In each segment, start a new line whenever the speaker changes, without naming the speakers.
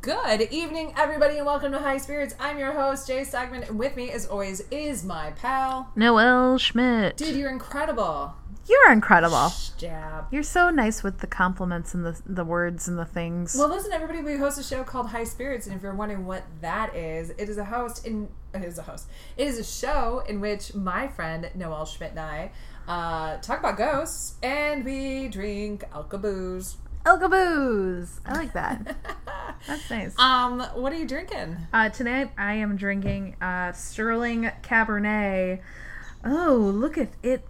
Good evening, everybody, and welcome to High Spirits. I'm your host, Jay Stagman, and with me, as always, is my pal.
Noel Schmidt.
Dude, you're incredible.
You're incredible.
Jab.
You're so nice with the compliments and the, the words and the things.
Well, listen, everybody, we host a show called High Spirits, and if you're wondering what that is, it is a host in it is a host. It is a show in which my friend Noel Schmidt and I uh, talk about ghosts, and we drink alcaboos.
Elgaboos. I like that. That's nice.
Um, what are you drinking?
Uh, tonight I am drinking uh, Sterling Cabernet. Oh, look at it.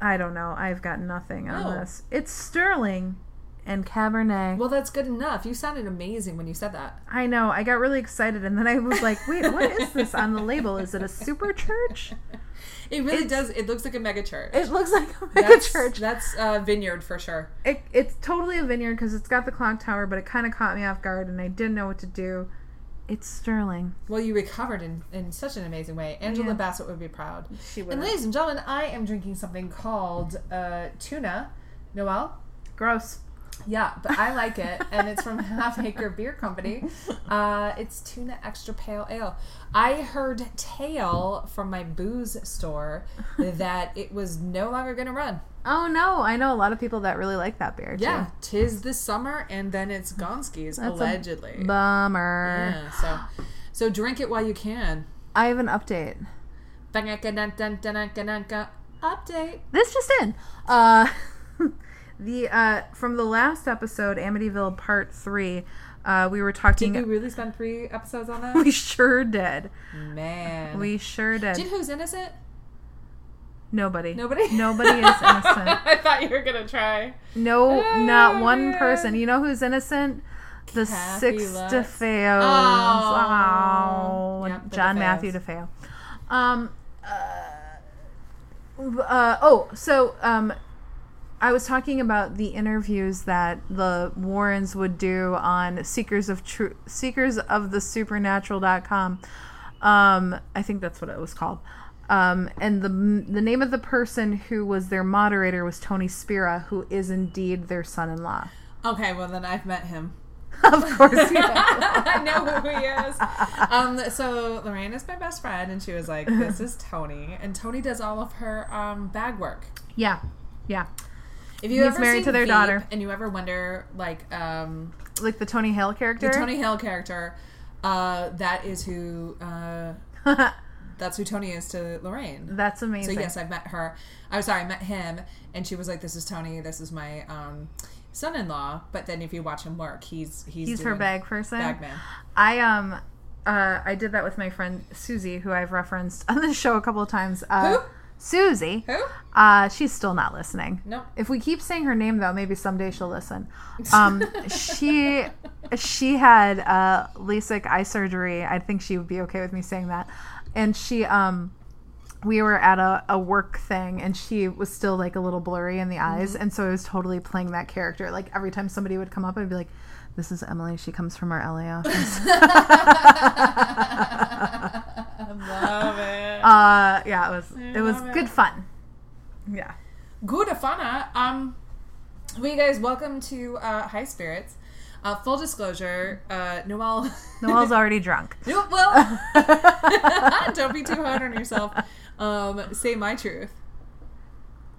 I don't know. I've got nothing on
Oh.
this. It's Sterling and Cabernet.
Well, that's good enough. You sounded amazing when you said that.
I know. I got really excited and then I was like, wait, what is this on the label? Is it a super church?
It really
It's-
does. It looks like a mega church.
It looks like a mega
that's,
church.
That's uh, vineyard for sure.
it, it's totally a vineyard because it's got the clock tower, but it kind of caught me off guard and I didn't know what to do. It's Sterling.
Well, you recovered in, in such an amazing way. Angela
Yeah.
Bassett would be proud.
She
And ladies and gentlemen, I am drinking something called uh, tuna. Noel?
Gross.
Yeah, but I like it. and it's from Half Acre Beer Company. Uh, it's tuna extra pale ale. I heard tale from my booze store that it was no longer going to run.
Oh no, I know a lot of people that really like that beer. Too.
Yeah, tis this summer, and then it's Gonski's,
That's a
allegedly.
Bummer.
yeah, so, so drink it while you can.
I have an update.
Update.
This just in. Uh, the uh, from the last episode, Amityville Part Three, uh, we were talking.
Did we really spend three episodes on that?
we sure did.
Man.
We sure did.
Do you know who's innocent?
Nobody.
Nobody?
Nobody is innocent.
I thought you were going to try.
No, not one
man.
person. You know who's innocent?
Ah.
The
Kathy
six
Lux.
DeFeos.
Oh.
Oh,
Yep, the
John
DeFeos.
Matthew DeFeo. Um, uh, uh, oh, so um, I was talking about the interviews that the Warrens would do on Seekers of True Seekers of the Supernatural.com. Um, I think that's what it was called. Um, and the the name of the person who was their moderator was Tony Spira, who is indeed their son-in-law.
Okay, well, then I've met him.
Of course, you know.
I know who he is. Um, so Lorraine is my best friend, and she was like, "This is Tony," and Tony does all of her um, bag work.
yeah, yeah,
If you
He's
ever
married
seen
to their
Veep
daughter.
and you ever wonder, like, um,
like the Tony Hale character.
the Tony Hale character, uh, that is who uh, that's who Tony is to Lorraine.
That's amazing.
So yes, I've met her. I was sorry, I met him, and she was like, "This is Tony. This is my um, son-in-law." But then if you watch him work, he's he's
He's her
doing
bag person.
bag man.
I um uh I did that with my friend Susie, who I've referenced on this show a couple of times. Uh,
Who?
Susie.
Who?
Uh, she's still not listening.
Nope.
If we keep saying her name though, maybe someday she'll listen. Um, she she had uh, LASIK eye surgery. I think she would be okay with me saying that. And she um we were at a, a work thing and she was still like a little blurry in the eyes and so i was totally playing that character like every time somebody would come up i'd be like this is emily she comes from our la office
Love it.
uh yeah it was it was
love
good fun yeah
Good Afana. Um, well, you guys, welcome to uh, High Spirits. Uh, full disclosure, uh, Noel.
noel's already drunk
No- well, don't be too hard on yourself. Um, say my truth.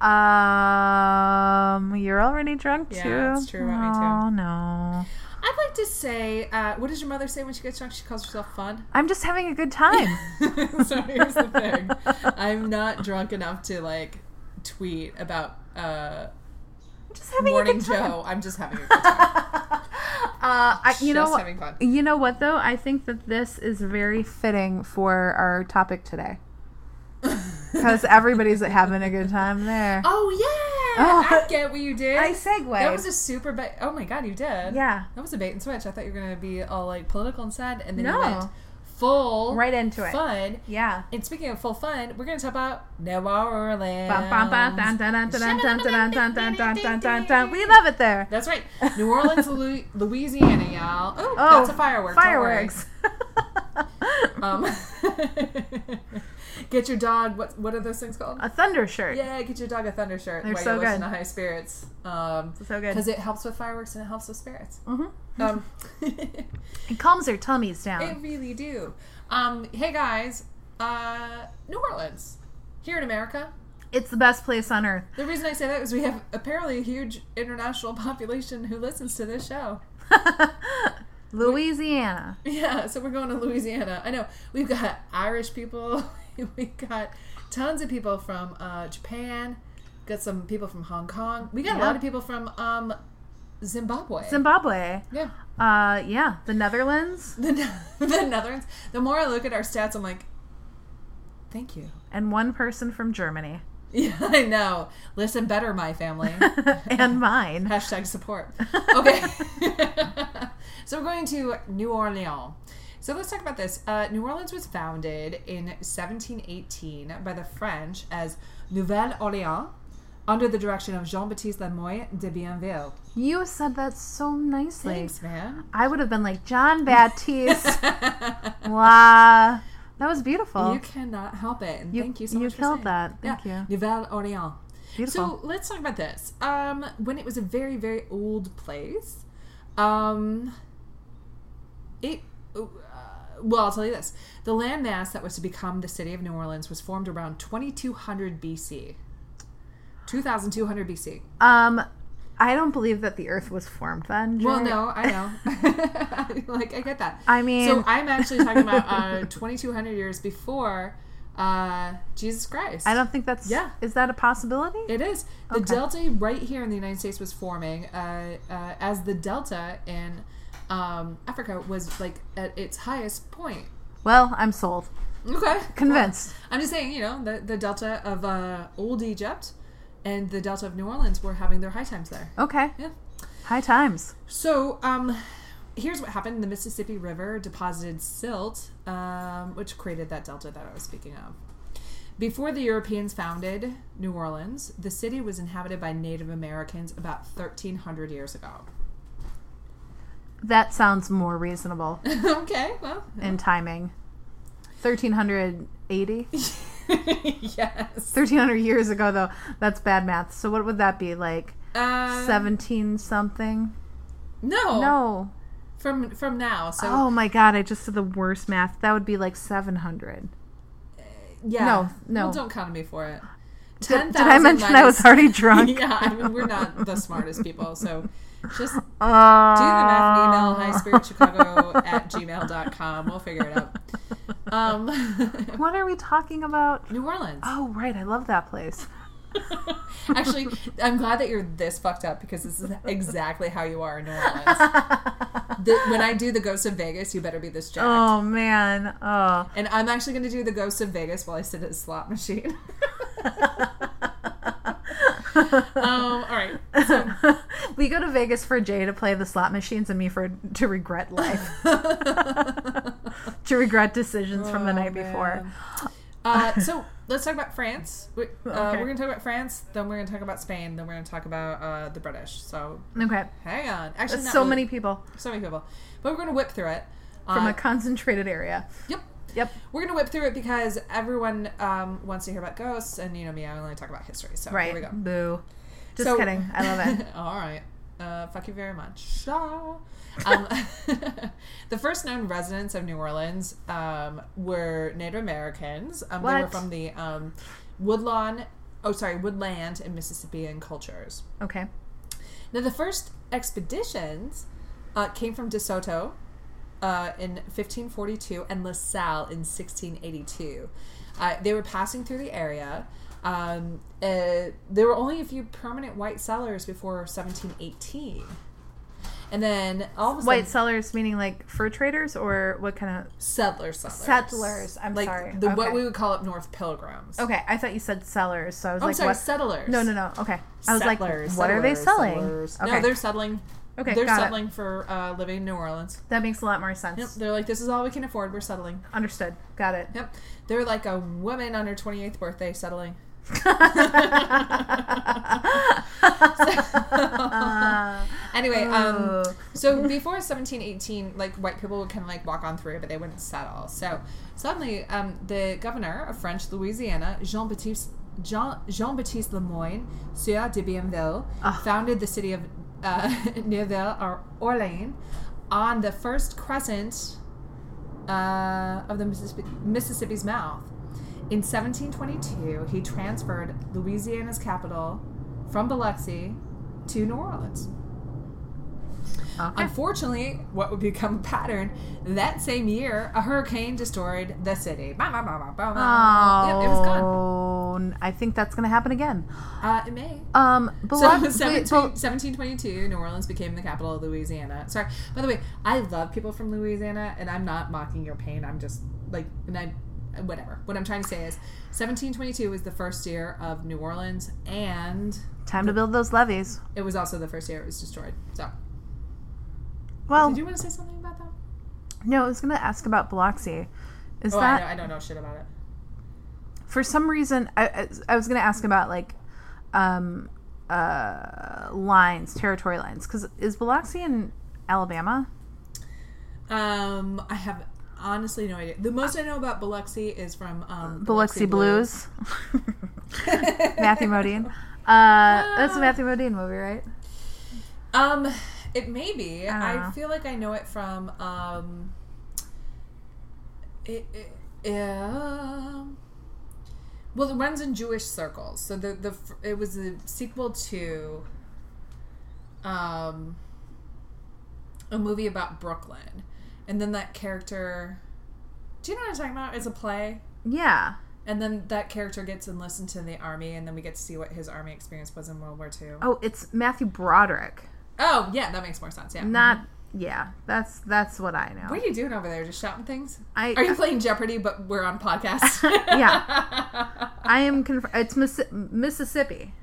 um you're already drunk
Yeah,
too
that's true about me, too.
oh no
I'd like to say, uh, what does your mother say when she gets drunk? She calls herself fun.
i'm just having a good time
so here's the thing I'm not drunk enough to, like, tweet about uh,
i'm just having a
Morning
good time
Joe. I'm just having a good time.
uh I,
just
you know what
having fun.
you know what though i think that this is very fitting for our topic today because everybody's having a good time there.
Oh yeah,
Oh.
I get what you did.
I segued.
That was a super. Ba- oh my god, you did.
yeah,
That was a bait and switch. I thought you were gonna be all like political and sad, and then you
No.
went full
right into it.
fun.
Yeah.
And speaking of full fun, we're gonna talk about New Orleans.
Bum, bum, bum, dun, dun, dun, dun, dun, dun, dun, dun, dun, dun, dun, dun. We love it there.
That's right, New Orleans, Lu- Louisiana, y'all. Oh,
Oh,
that's a firework. don't worry.
Fireworks.
Um, get your dog. What what are those things called?
A thunder shirt.
Yeah, get your dog a thunder shirt
They're
while
so
you listen
good.
to High Spirits. Um,
So good.
because it helps with fireworks and it helps with spirits.
Mhm.
Um,
It calms their tummies down.
They really do. Um, hey guys, uh, New Orleans here in America.
it's the best place on earth.
The reason I say that is we have apparently a huge international population who listens to this show.
Louisiana.
Yeah, so we're going to Louisiana. I know we've got Irish people. We've got tons of people from uh, Japan. Got some people from Hong Kong. We got a
Yeah.
lot of people from um, Zimbabwe.
Zimbabwe.
yeah,
Uh, yeah. The Netherlands.
the, the Netherlands. The more I look at our stats, I'm like, thank you.
And one person from Germany.
Yeah, I know. Listen better, my family.
and mine.
Hashtag support. Okay. so we're going to New Orleans. So let's talk about this. Uh, New Orleans was founded in 1718 by the French as Nouvelle Orleans under the direction of Jean Baptiste Lamoy de Bienville.
You said that so nicely.
Thanks, man.
I would have been like John Baptiste. La. That was beautiful.
you cannot help it. And
You-
thank you so
you
much. for
killed
saying
that.
Yeah.
Thank you.
Nouvelle Orleans.
beautiful.
So let's talk about this. Um, when it was a very, very old place, um, it. Uh, well, I'll tell you this: the landmass that was to become the city of New Orleans was formed around 2200 BC. 2200 BC.
um, I don't believe that the Earth was formed then.
Well,
Jared.
no, I know. like I get that.
I mean,
so I'm actually talking about uh, 2200 years before uh, Jesus Christ.
I don't think that's.
Yeah.
Is that a possibility?
It is. The
Okay.
Delta right here in the United States was forming uh, uh, as the Delta in um, Africa was like at its highest point.
well, I'm sold.
Okay.
Convinced.
I'm just saying, you know, the, the Delta of uh, Old Egypt and the Delta of New Orleans were having their high times there.
Okay.
Yeah.
High times.
So, um, here's what happened the Mississippi River deposited silt, um, which created that delta that I was speaking of. Before the Europeans founded New Orleans, the city was inhabited by Native Americans about 1,300 years ago.
That sounds more reasonable
okay, well,
in timing. 1380?
yes.
1300 years ago, though. That's bad math. So, what would that be? Like
Um,
17 something?
No,
No.
From from now, oh, so
oh my god, I just did the worst math. That would be like 700.
yeah.
no, no.
Well, don't count on me for it.
Did, did I mention I was already drunk?
yeah, I mean, we're not the smartest people, so just
Oh.
Do the math and email
Ah.
highspiritchicago at gmail.com. We'll figure it out. Um,
What are we talking about?
New Orleans.
Oh, right. I love that place.
Actually, I'm glad that you're this fucked up because this is exactly how you are in New Orleans. The, when I do the Ghost of Vegas, you better be this jacked.
oh, man. Oh.
And I'm actually going to do the Ghost of Vegas while I sit at a slot machine. um, all right.
we go to Vegas for Jay to play the slot machines and me for to regret life, to regret decisions from the
Oh,
night before.
man. Uh, so let's talk about France. We, uh,
Okay.
We're going to talk about France, then we're going to talk about Spain, then we're going to talk about uh, the British. So
Okay.
hang on. Actually,
That's
not
so
really-
many people
so many people, but we're going to whip through it.
from
Uh,
a concentrated area.
yep.
Yep.
We're gonna whip through it because everyone um, wants to hear about ghosts, and you know me, I only talk about history. So
Right.
here we go.
Boo. Just
So-
kidding. I love it.
All right. Uh, fuck you very much. Ah. Um, the first known residents of New Orleans um, were Native Americans. Um, They were
What?
from the um, Woodlawn, oh sorry, Woodland and Mississippian cultures.
Okay.
Now, the first expeditions uh, came from De Soto uh, in 1542 and La Salle in 1682. Uh, they were passing through the area. Um, uh, there were only a few permanent white settlers before 1718. And then all of a sudden,
White sellers meaning like fur traders or what kind of
settler settlers.
Settlers, I'm
like
sorry.
The, What
Okay.
we would call up North Pilgrims. Oh,
Okay, I thought you said sellers, so I was
I'm
like,
sorry,
what?
settlers.
no, no, no. Okay, I was like, what
Settlers,
are they
settlers,
selling?
settlers.
Okay,
No, they're settling.
Okay,
they're
got it.
settling for uh, living in New Orleans.
that makes a lot more sense.
Yep, they're like, this is all we can afford. We're settling.
Understood. Got it.
Yep, they're like a woman on her 28th birthday settling. Anyway, um,
Oh.
so before 1718, like white people would kind of like walk on through, but they wouldn't settle. So suddenly, um, the governor of French Louisiana, Jean Baptiste Jean Jean Baptiste Lemoyne, Sieur de Bienville,
Ah.
founded the city of uh, Neuville or Orleans on the first crescent uh, of the Mississippi, Mississippi's mouth. In 1722, he transferred Louisiana's capital from Biloxi to New Orleans.
Okay.
uh, Unfortunately, what would become a pattern that same year, a hurricane destroyed the city. Bah, bah, bah, bah, bah, bah. Yep, it was gone.
oh, n- I think that's going to happen again.
Uh, in May.
Um,
So,
Bilox-
17,
wait, Bil-
1722, New Orleans became the capital of Louisiana. Sorry. By the way, I love people from Louisiana, and I'm not mocking your pain. I'm just like, and I, uh, whatever. What I'm trying to say is, 1722 was the first year of New Orleans, and
time to build those levees.
it was also the first year it was destroyed. So,
Well,
did you want to say something about that?
no, I was going to ask about Biloxi. Is
Oh, I,
that
know, I don't know shit about it.
for some reason? I, I, I was going to ask about like um, uh, lines, territory lines, because is Biloxi in Alabama?
Um, I have honestly no idea. The most I know about Biloxi is from um,
Biloxi, Blues. Matthew Modine. Uh, that's a Matthew Modine movie, right?
Um, it may be.
I don't
I,
know.
feel like I know it from um. It, it, um, well, it runs in Jewish circles. So the the f- it was a sequel to. Um. A movie about Brooklyn, and then that character. Do you know what I'm talking about? It's a play.
Yeah.
And then that character gets enlisted to the army, and then we get to see what his army experience was in World War II. Oh,
Oh, it's Matthew Broderick.
yeah, that makes more sense. Yeah.
Not yeah. That's that's what I know.
What are you doing over there? Just shouting things?
I
Are you playing Jeopardy, but we're on podcast?
Yeah. I am conf- it's Miss- Mississippi.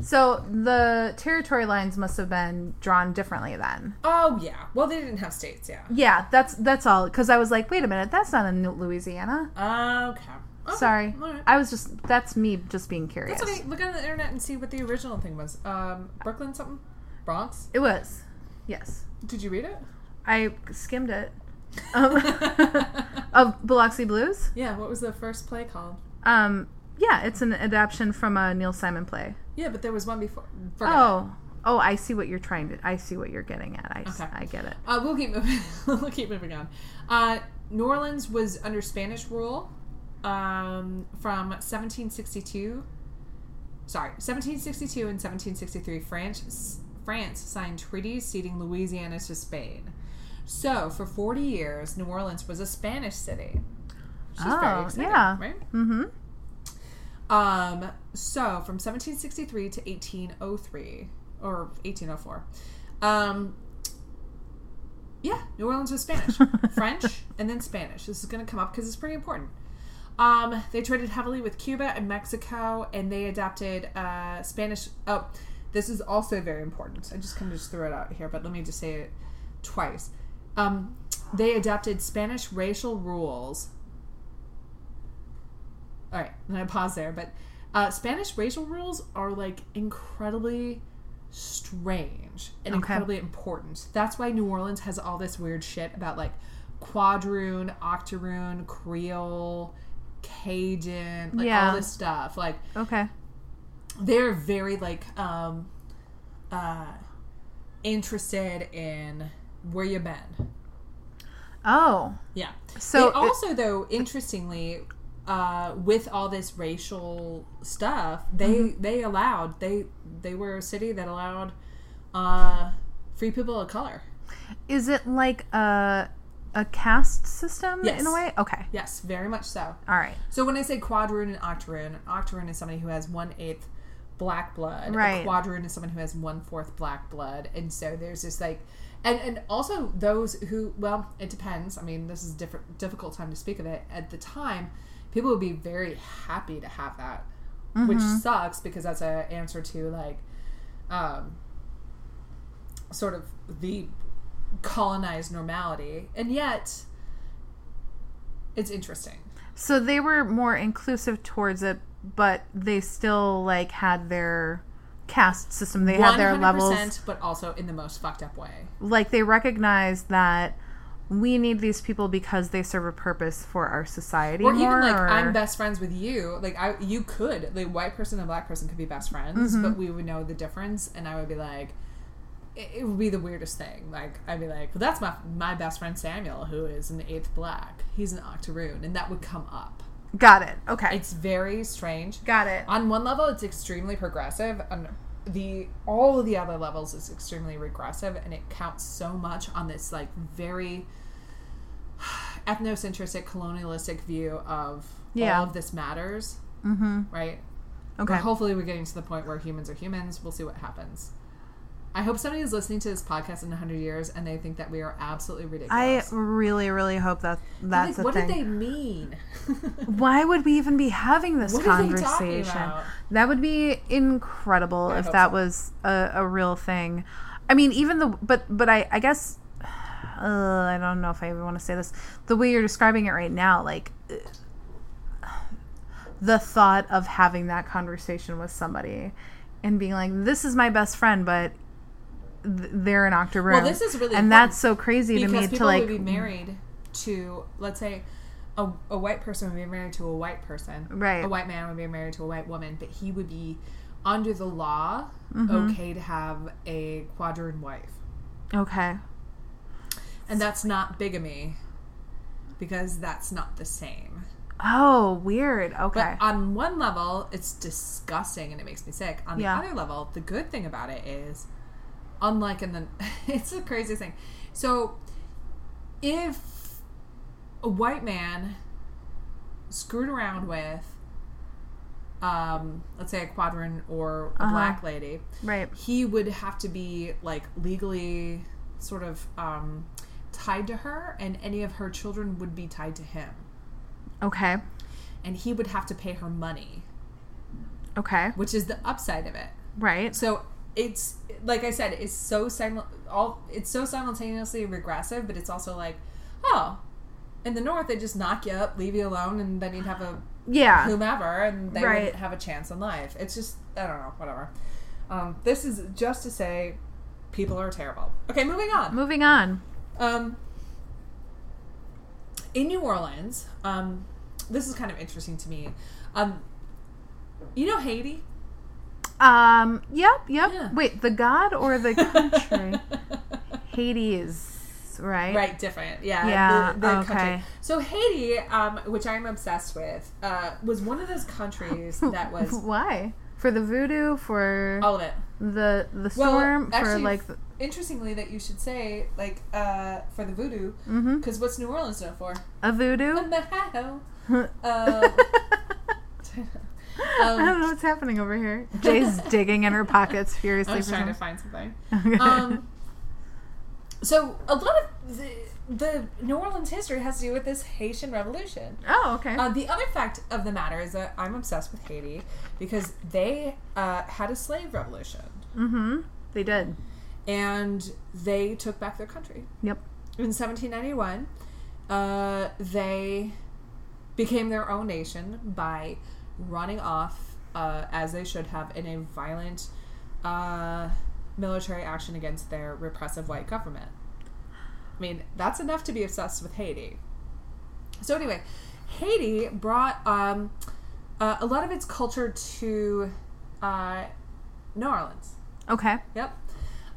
So the territory lines must have been drawn differently then.
oh yeah. Well, they didn't have states. Yeah.
Yeah, that's that's all. Because I was like, wait a minute, that's not in Louisiana.
Okay. Okay.
Sorry,
All right.
I was just that's me just being curious.
That's okay. Look on the internet and see what the original thing was. Um, Brooklyn something. Bronx.
It was, yes.
Did you read it?
I skimmed it. Um, of Biloxi Blues.
Yeah. What was the first play called?
Um, yeah, it's an adaptation from a Neil Simon play.
Yeah, but there was one before. Forget it.
Oh, oh, I see what you're trying to. I see what you're getting at. I, s-
Okay.
I get it.
Uh, we'll keep moving. we'll keep moving on. Uh, New Orleans was under Spanish rule um, from 1762. Sorry, 1762 and 1763. France France signed treaties ceding Louisiana to Spain. So for 40 years, New Orleans was a Spanish city. Which is very
Oh,
exciting,
yeah.
Right.
Mm-hmm.
Um, so from 1763 to 1803 or 1804. Um, yeah, New Orleans was Spanish, French, and then Spanish. This is going to come up because it's pretty important. Um, they traded heavily with Cuba and Mexico, and they adapted uh, Spanish. Oh, this is also very important. I just kind of just threw it out here, but let me just say it twice. Um, they adapted Spanish racial rules all right, and I pause there. But uh, Spanish racial rules are like incredibly strange and
Okay.
incredibly important. That's why New Orleans has all this weird shit about like quadroon, octoroon, Creole, Cajun, like
Yeah.
all this stuff. Like
Okay.
they're very like um uh interested in where you been.
Oh,
Yeah.
So
So
it-
also, though, interestingly, uh, with all this racial stuff, they they allowed they they were a city that allowed uh, free people of color.
is it like a a caste system in a
Yes.
way? Okay.
Yes, very much so.
All right.
So when I say quadroon and octoroon, an octoroon is somebody who has one eighth black blood.
Right.
A quadroon is someone who has one fourth black blood. And so there's this like, and and also those who well, it depends. I mean, this is different difficult time to speak of it. At the time, people would be very happy to have that, which sucks because that's an answer to like, um, sort of the colonized normality, and yet. It's interesting.
So they were more inclusive towards it, but they still like had their caste system. They had their levels.
100%, but also in the most fucked up way.
Like they recognized that we need these people because they serve a purpose for our society
Or
more.
even like
or-
I'm best friends with you. Like I, you could like white person and black person could be best friends,
Mm-hmm.
but we would know the difference, and I would be like, it, it would be the weirdest thing. Like I'd be like, well, that's my my best friend Samuel, who is an eighth black. He's an octoroon, and that would come up.
Got it. Okay.
It's very strange.
Got it.
On one level, it's extremely progressive. On the all of the other levels, it's extremely regressive, and it counts so much on this like very ethnocentristic, colonialistic view of
Yeah.
all of this matters,
Mm-hmm.
right?
Okay.
But hopefully, we're getting to the point where humans are humans. We'll see what happens. I hope somebody is listening to this podcast in 100 years and they think that we are absolutely
I
ridiculous.
really, really hope that
Like,
that's a
what
thing.
did they mean?
Why would we even be having this
What are they talking
conversation?
about?
That would be incredible
I
if
hope
that
so.
was a, a real thing. I mean, even the but but I I guess uh, I don't know if I even want to say this. The way you're describing it right now, like uh, the thought of having that conversation with somebody and being like, "This is my best friend," but th- they're an octoroon.
Well, this is really
and
important.
that's so crazy to
because
me
people
to like
would be married to let's say a, a white person would be married to a white person
Right.
a white man would be married to a white woman but he would be under the law
Mm-hmm.
okay to have a quadroon wife
okay.
and that's not bigamy because that's not the same
Oh, weird. Okay.
but on one level it's disgusting and it makes me sick on the
Yeah.
other level the good thing about it is unlike in the it's the craziest thing so if a white man screwed around with um let's say a quadrant or a
Uh-huh.
black lady
right.
he would have to be like legally sort of um tied to her and any of her children would be tied to him
Okay.
and he would have to pay her money
Okay.
which is the upside of it
Right.
So it's like I said, it's so simu- all it's so simultaneously regressive, but it's also like, oh, in the north they just knock you up, leave you alone, and then you'd have a
Yeah.
whomever, and they
Uh, Right.
wouldn't have a chance in life. It's just I don't know, whatever. Um, this is just to say, people are terrible. Okay, moving on.
Moving on.
Um, in New Orleans, um, this is kind of interesting to me. Um, you know Haiti.
Um. Yep. Yep.
Yeah.
Wait. The god or the country? Hades. Right.
Right, different. Yeah.
Yeah,
The, the
okay.
country. So Haiti, um, which I'm obsessed with, uh, was one of those countries that was
Why? For the voodoo? For
all of it.
the the
Well,
storm? for
actually,
like. The,
interestingly, that you should say like uh, for the voodoo,
mm-hmm.
because what's New Orleans known for?
A voodoo.
um, Maho.
I
Um,
don't know what's happening over here. Jay's digging in her pockets furiously.
I was
for
trying to
some-
find something.
Okay.
Um, so a lot of the, the New Orleans history has to do with this Haitian Revolution.
oh, okay.
Uh, the other fact of the matter is that I'm obsessed with Haiti because they uh, had a slave revolution
mm-hmm. They did.
and they took back their country.
Yep.
In 1791, uh, they became their own nation by running off, uh, as they should have, in a violent uh, military action against their repressive white government. I mean, that's enough to be obsessed with Haiti. So, anyway, Haiti brought um, uh, a lot of its culture to uh, New Orleans.
Okay.
Yep.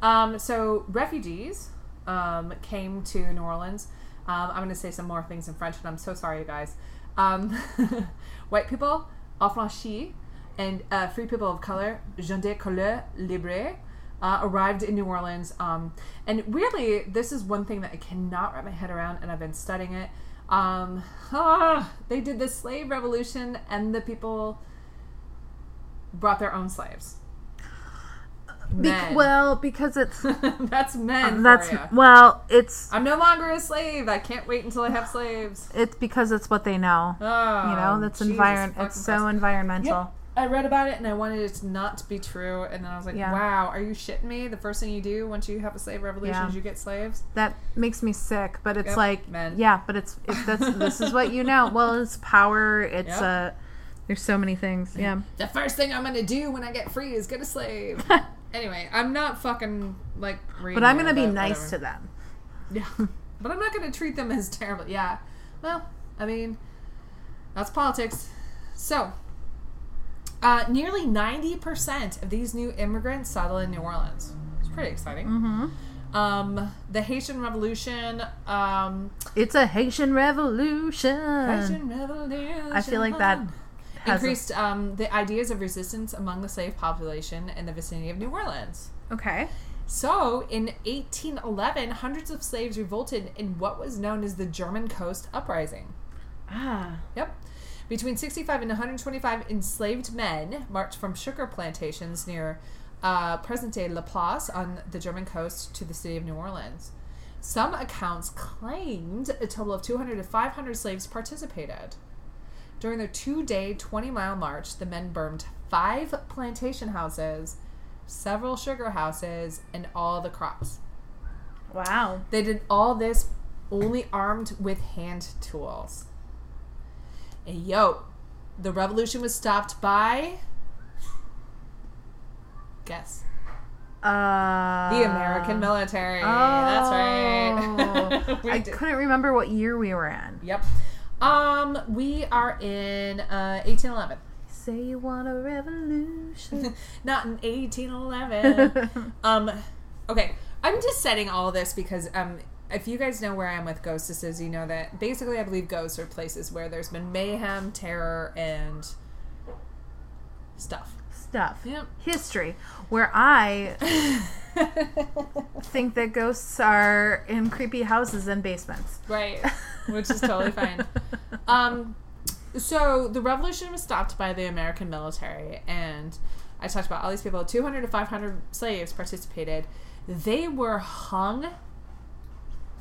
Um, so refugees um, came to New Orleans. Um, I'm going to say some more things in French, and I'm so sorry, you guys. Um, white people, affranchis, and uh, free people of color, gens de couleur libre, uh, arrived in New Orleans. Um, and weirdly, this is one thing that I cannot wrap my head around, and I've been studying it. Um, ah, they did the slave revolution, and the people brought their own slaves.
Be-
Men.
well, because it's
that's men.
that's
for ya.
well, it's
I'm no longer a slave. I can't wait until I have slaves.
it's because it's what they know.
Oh,
you know that's
Jesus
environment
fucking
it's so
Christ.
environmental
I read about it and I wanted it to not be true, and then I was like,
Yeah.
"Wow, are you shitting me?" The first thing you do once you have a slave revolution
Yeah.
is you get slaves.
that makes me sick but it's
Yep,
like
men.
yeah but it's, it's that's this is what you know well it's power it's
Yep.
a There's so many things. Yeah.
The first thing I'm gonna do when I get free is get a slave. anyway, I'm not fucking like.
But I'm gonna be nice to them.
to. Yeah, but I'm not gonna treat them as terrible. Yeah. Well, I mean, that's politics. So, uh, nearly 90% of these new immigrants settle in New Orleans. It's pretty exciting.
Mm-hmm.
Um, the Haitian Revolution. Um,
It's a Haitian revolution.
Haitian Revolution.
I feel like that has a-
increased um, the ideas of resistance among the slave population in the vicinity of New Orleans.
okay.
So, in 1811, hundreds of slaves revolted in what was known as the German Coast Uprising.
Ah.
Yep. Between 65 and 125 enslaved men marched from sugar plantations near uh, present day La Place on the German coast to the city of New Orleans. Some accounts claimed a total of 200 to 500 slaves participated. During their two day, 20 mile march, the men burned five plantation houses, several sugar houses, and all the crops.
Wow.
They did all this only armed with hand tools. And yo, the revolution was stopped by. Guess.
Uh, oh.
The American military. That's right. We
I
did-
couldn't remember what year we were in.
Yep. Um, we are in uh, 1811.
Say you want a revolution.
Not in 1811. um, okay, I'm just setting all this because um, if you guys know where I am with ghostesses, you know that basically I believe ghosts are places where there's been mayhem, terror, and stuff.
Stuff.
Yep.
History. Where I think that ghosts are in creepy houses and basements.
right, which is totally fine. Um, so the revolution was stopped by the American military, and I talked about all these people. 200 to 500 slaves participated. They were hung,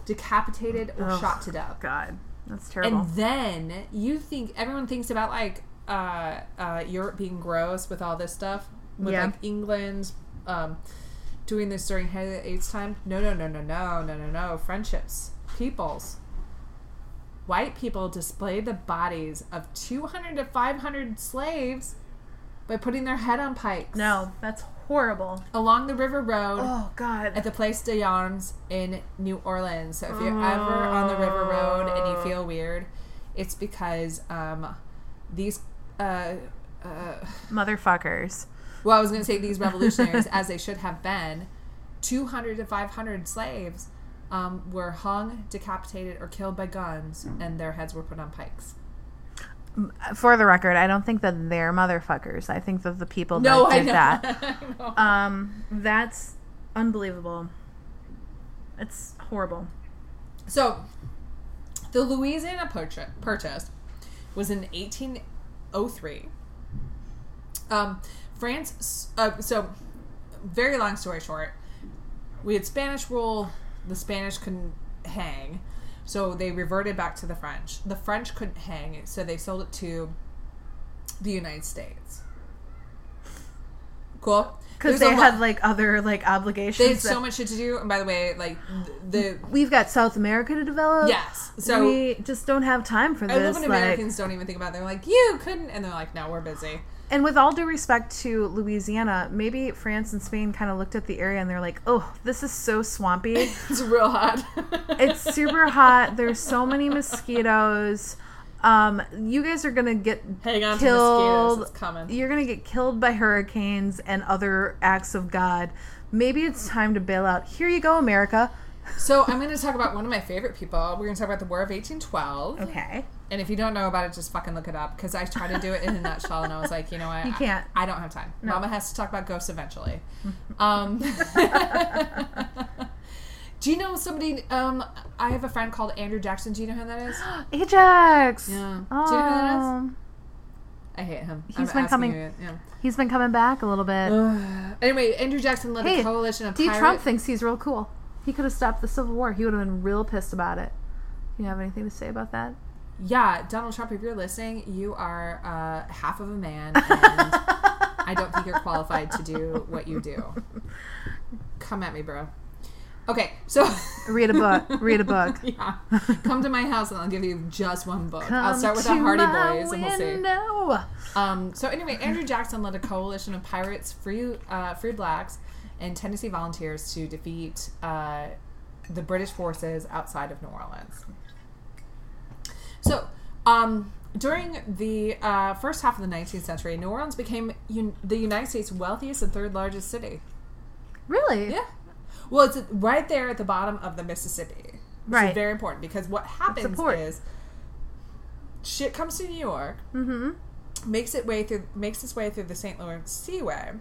decapitated, or
Ugh.
shot to death.
God, that's terrible.
And then you think everyone thinks about like uh, uh, Europe being gross with all this stuff, with
Yeah.
like England um, doing this during Henry VIII's time. No, no, no, no, no, no, no, no. Friendships, peoples. White people displayed the bodies of 200 to 500 slaves by putting their head on pikes
no, that's horrible.
along the river road
Oh God.
at the Place de Arms in New Orleans. So if you're ever on the River Road and you feel weird, it's because um, these. Uh, uh,
Motherfuckers.
well, I was going to say these revolutionaries, as they should have been, 200 to 500 slaves um, were hung, decapitated, or killed by guns, and their heads were put on pikes.
For the record, I don't think that they're motherfuckers. I think that the people
No,
that
I
did
know.
that.
I know.
Um, that's unbelievable. It's horrible.
So, the Louisiana purcha- Purchase was in 1803. Um, France, uh, so very long story short, we had Spanish rule, the Spanish couldn't hang, so they reverted back to the French. The French couldn't hang, so they sold it to the United States. Cool?
Because
There's a
they
lo-
had like other like
they had
obligations.
so
that-
much shit to do, and by the way, like the,
We've got South America to develop.
the yes, so
we just don't have time for
I love
this.
when
Like,
Americans don't even think about it. They're like, you couldn't. And they're like, no, we're busy.
and with all due respect to Louisiana, maybe France and Spain kind of looked at the area and they're like, "Oh, this is so swampy.
It's real hot.
It's super hot. There's so many mosquitoes. Um, you guys are gonna get
Hang on to
killed.
mosquitoes. It's coming.
You're gonna get killed by hurricanes and other acts of God. Maybe it's time to bail out. Here you go, America.
So I'm going to talk about one of my favorite people. We're going to talk about the War of 1812.
Okay.
And if you don't know about it, just fucking look it up. Because I tried to do it in a nutshell and I was like, you know what?
You can't.
I, I don't have time. Mama has to talk about ghosts eventually. um, do you know somebody? Um, I have a friend called Andrew Jackson. Do you know who that is?
Ajax.
Yeah.
Oh,
Do you know who that I hate him.
He's
I'm
been
asking
coming-
you, yeah.
he's been coming back a little bit.
Anyway, Andrew Jackson led
Hey,
a coalition of
D.
pirates.
Trump thinks he's real cool. He could have stopped the Civil War. He would have been real pissed about it. You have anything to say about that?
yeah, Donald Trump, if you're listening, you are uh, half of a man, and I don't think you're qualified to do what you do. Come at me, bro. Okay, so
Read a book. Read a book.
yeah, come to my house and I'll give you just one book. I'll start with the Hardy Boys and we'll see.
we'll see.
Um, so anyway, Andrew Jackson led a coalition of pirates, free uh, free blacks, and Tennessee volunteers to defeat uh, the British forces outside of New Orleans. So um, during the uh, first half of the 19th century, New Orleans became un- the United States' wealthiest and third largest city.
Really?
Yeah. Well, it's right there at the bottom of the Mississippi. Which
Right.
Is very important because what happens
port.
is shit comes to New York,
Mm-hmm.
makes it way through, makes its way through the St. Lawrence Seaway,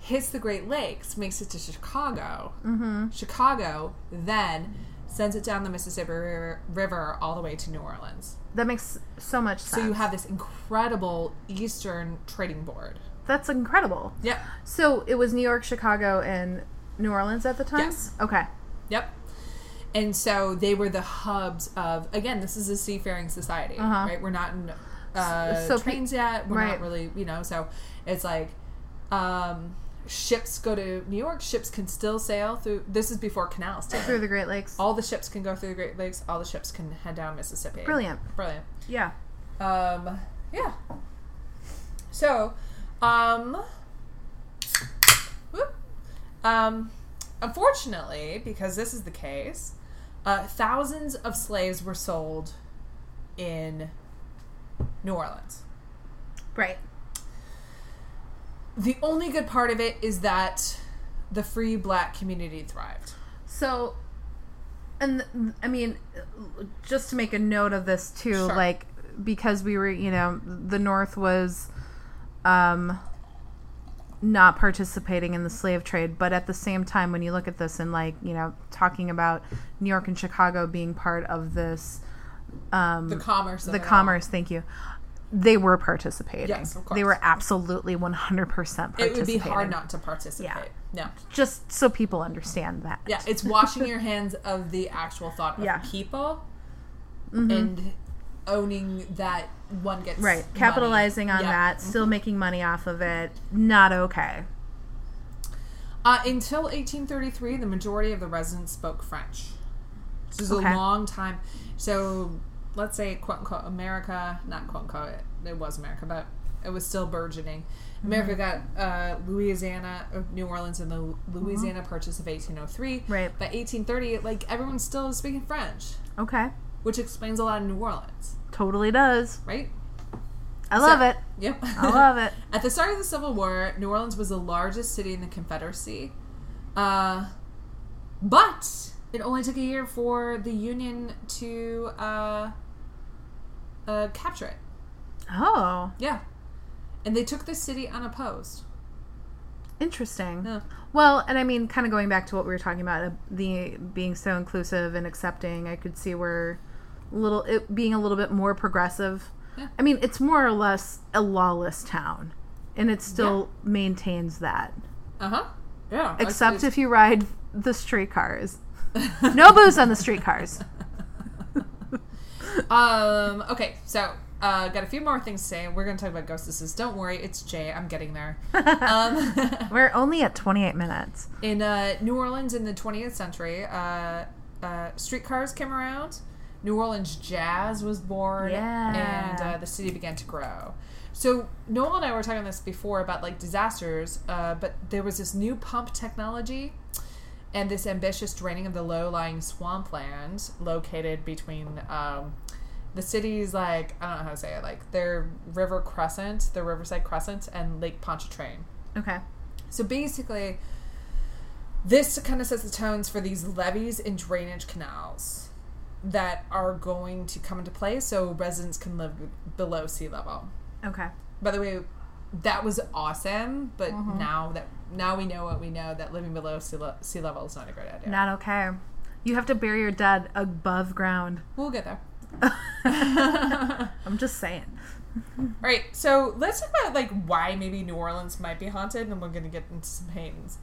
hits the Great Lakes, makes it to Chicago.
Mm-hmm.
Chicago then sends it down the Mississippi River, River all the way to New Orleans.
That makes so much sense.
So you have this incredible eastern trading board.
That's incredible.
Yep.
So it was New York, Chicago, and New Orleans at the time.
Yes.
Okay.
Yep. And so they were the hubs of again. This is a seafaring society,
Uh-huh.
right? We're not in uh,
so pe-
trains yet. We're
right.
not really, you know. So it's like um, ships go to New York. Ships can still sail through. This is before canals. too.
Through the Great Lakes.
All the ships can go through the Great Lakes. All the ships can head down Mississippi.
Brilliant.
Brilliant.
Yeah.
Um, yeah. So, um, whoop. um, unfortunately, because this is the case, uh, thousands of slaves were sold in New Orleans.
Right.
The only good part of it is that the free black community thrived.
So, and th- I mean, just to make a note of this too,
Sure.
like because we were, you know, the North was, um, not participating in the slave trade, but at the same time, when you look at this and like you know, talking about New York and Chicago being part of this, um,
The commerce. Of
the
it all.
commerce. Thank you. They were participating.
Yes, of course.
They were absolutely one hundred percent
It would
participating.
be hard not to participate.
Yeah.
No.
Just so people understand that.
Yeah, it's washing your hands of the actual thought of
Yeah. Mm-hmm.
people and owning that one gets
Right.
money.
Capitalizing on
Yeah.
that, still making money off of it, not okay.
Uh, until 1833, the majority of the residents spoke French. This is
Okay.
a long time. So let's say quote unquote America, not quote unquote it, it was America, but it was still burgeoning.
Mm-hmm.
America got uh, Louisiana, uh, New Orleans, and the Louisiana Purchase of 1803.
Mm-hmm. Right.
By 1830, like everyone still is speaking French,
Okay.
which explains a lot in New Orleans.
Totally does.
right?
I love it.
Yep.
I love it.
At the start of the Civil War, New Orleans was the largest city in the Confederacy. Uh, but it only took a year for the Union to uh, uh, capture it.
Oh,
Yeah. And they took the city unopposed.
interesting.
Yeah.
Well, and I mean, kind of going back to what we were talking about, uh, the being so inclusive and accepting, I could see where little it being a little bit more progressive.
Yeah.
I mean, it's more or less a lawless town, and it still maintains that,
Uh huh. Yeah.
except
actually-
if you ride the streetcars. No booze on the streetcars.
um. Okay. So. Uh, got a few more things to say. We're going to talk about ghostesses. Don't worry, it's Jay. I'm getting there. Um,
We're only at 28 minutes.
In uh, New Orleans in the 20th century, uh, uh, streetcars came around. New Orleans jazz was born,
Yeah.
and uh, the city began to grow. So Noel and I were talking this before about like disasters, uh, but there was this new pump technology and this ambitious draining of the low-lying swampland located between um, the cities like I don't know how to say it, like their river crescent, the Riverside Crescent, and Lake Pontchartrain.
Okay.
So basically, this kind of sets the tones for these levees and drainage canals that are going to come into play so residents can live below sea level.
Okay.
By the way, that was awesome, but now that now we know what we know that living below sea, le- sea level is not a great idea.
Not okay. You have to bury your dead above ground.
We'll get there.
I'm just saying.
All right, so let's talk about like why maybe New Orleans might be haunted, and we're gonna get into some Hayden's.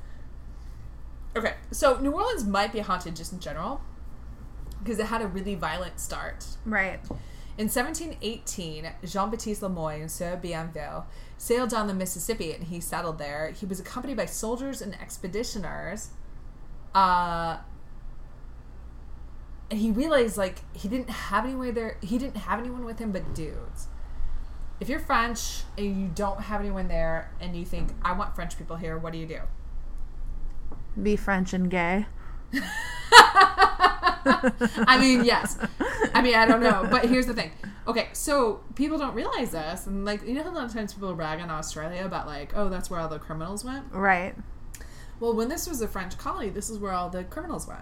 Okay, so New Orleans might be haunted just in general because it had a really violent start.
Right.
In 1718, Jean Baptiste Lemoyne and Sir Bienville sailed down the Mississippi, and he settled there. He was accompanied by soldiers and expeditioners, uh, and he realized like he didn't have any way there. He didn't have anyone with him but dudes. If you're French and you don't have anyone there, and you think I want French people here, what do you do?
Be French and gay.
I mean, yes. I mean, I don't know. But here's the thing. Okay, so people don't realize this. And, like, you know how a lot of times people brag on Australia about, like, oh, that's where all the criminals went?
Right.
Well, when this was a French colony, this is where all the criminals went.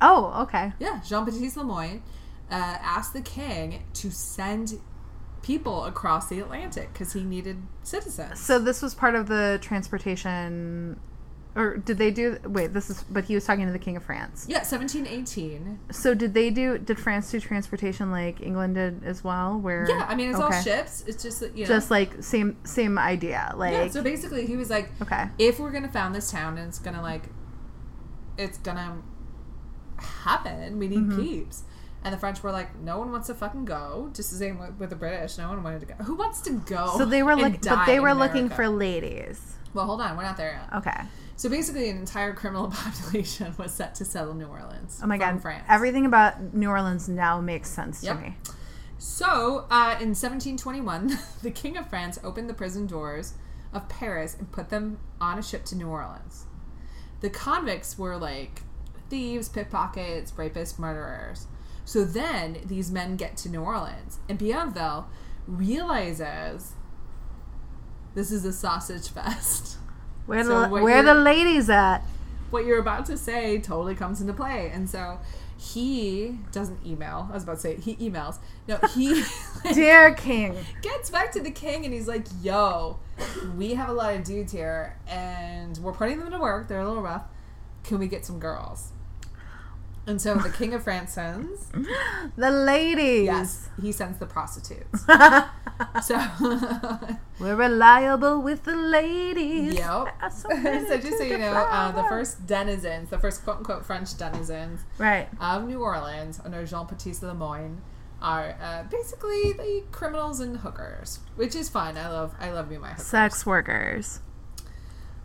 Oh, okay.
Yeah, Jean Baptiste Lemoyne uh, asked the king to send people across the Atlantic because he needed citizens.
So this was part of the transportation or did they do wait, this is but he was talking to the king of France.
Yeah, 1718.
So did they do did France do transportation like England did as well where
Yeah, I mean, it's
okay.
all ships. It's just, that, you know.
Just like same same idea. Like
yeah, so basically, he was like,
okay.
if we're gonna found this town and it's gonna like it's gonna happen we need
Mm-hmm.
peeps and the french were like no one wants to fucking go just the same with- with the british no one wanted to go who wants to go
So they were
and
looking but
die
they
in
were looking
America?
for Oh. ladies.
well hold on we're not there yet
Okay.
so basically an entire criminal population was set to settle new orleans
Oh my
from
god.
france
Everything about New Orleans now makes sense
Yep.
to me.
so uh, in 1721 the king of france opened the prison doors of paris and put them on a ship to new orleans the convicts were like thieves, pickpockets, rapists, murderers. So then these men get to New Orleans, and Bienville realizes this is a sausage fest.
Where
So
the
what
where
you're-
the ladies at?
What you're about to say totally comes into play, and so he doesn't email. I was about to say he emails. No, he
Dear king.
gets back to the king and he's like, "Yo, we have a lot of dudes here, and we're putting them to work. They're a little rough. Can we get some girls?" And so the king of France sends
The ladies.
yes, he sends the prostitutes. so
We're reliable with the ladies.
yep.
That's so many
so just so
to
you know, uh, the
devour.
first denizens, the first quote unquote French denizens
Right.
of New Orleans under Jean Baptiste Lemoyne are uh, basically the criminals and hookers, which is fine. I love I love me my hookers.
Sex workers.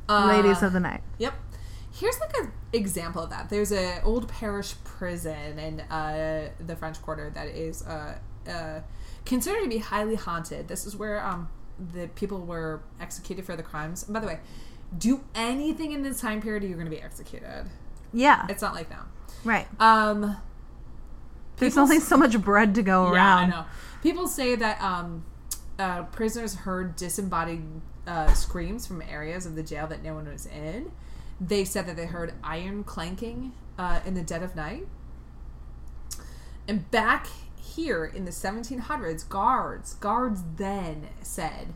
Uh,
ladies of the night.
Yep. Here's like an example of that. There's a old parish prison in uh, the French Quarter that is uh, uh, considered to be highly haunted. This is where um, the people were executed for the crimes. And by the way, do anything in this time period, you're going to be executed.
Yeah.
It's not like now.
Right.
Um,
There's
people
only
s-
so much bread to go
yeah, I
around.
know. People say that um, uh, prisoners heard disembodied uh, screams from areas of the jail that no one was in. They said that they heard iron clanking uh, in the dead of night. And back here in the 1700s, guards, guards then said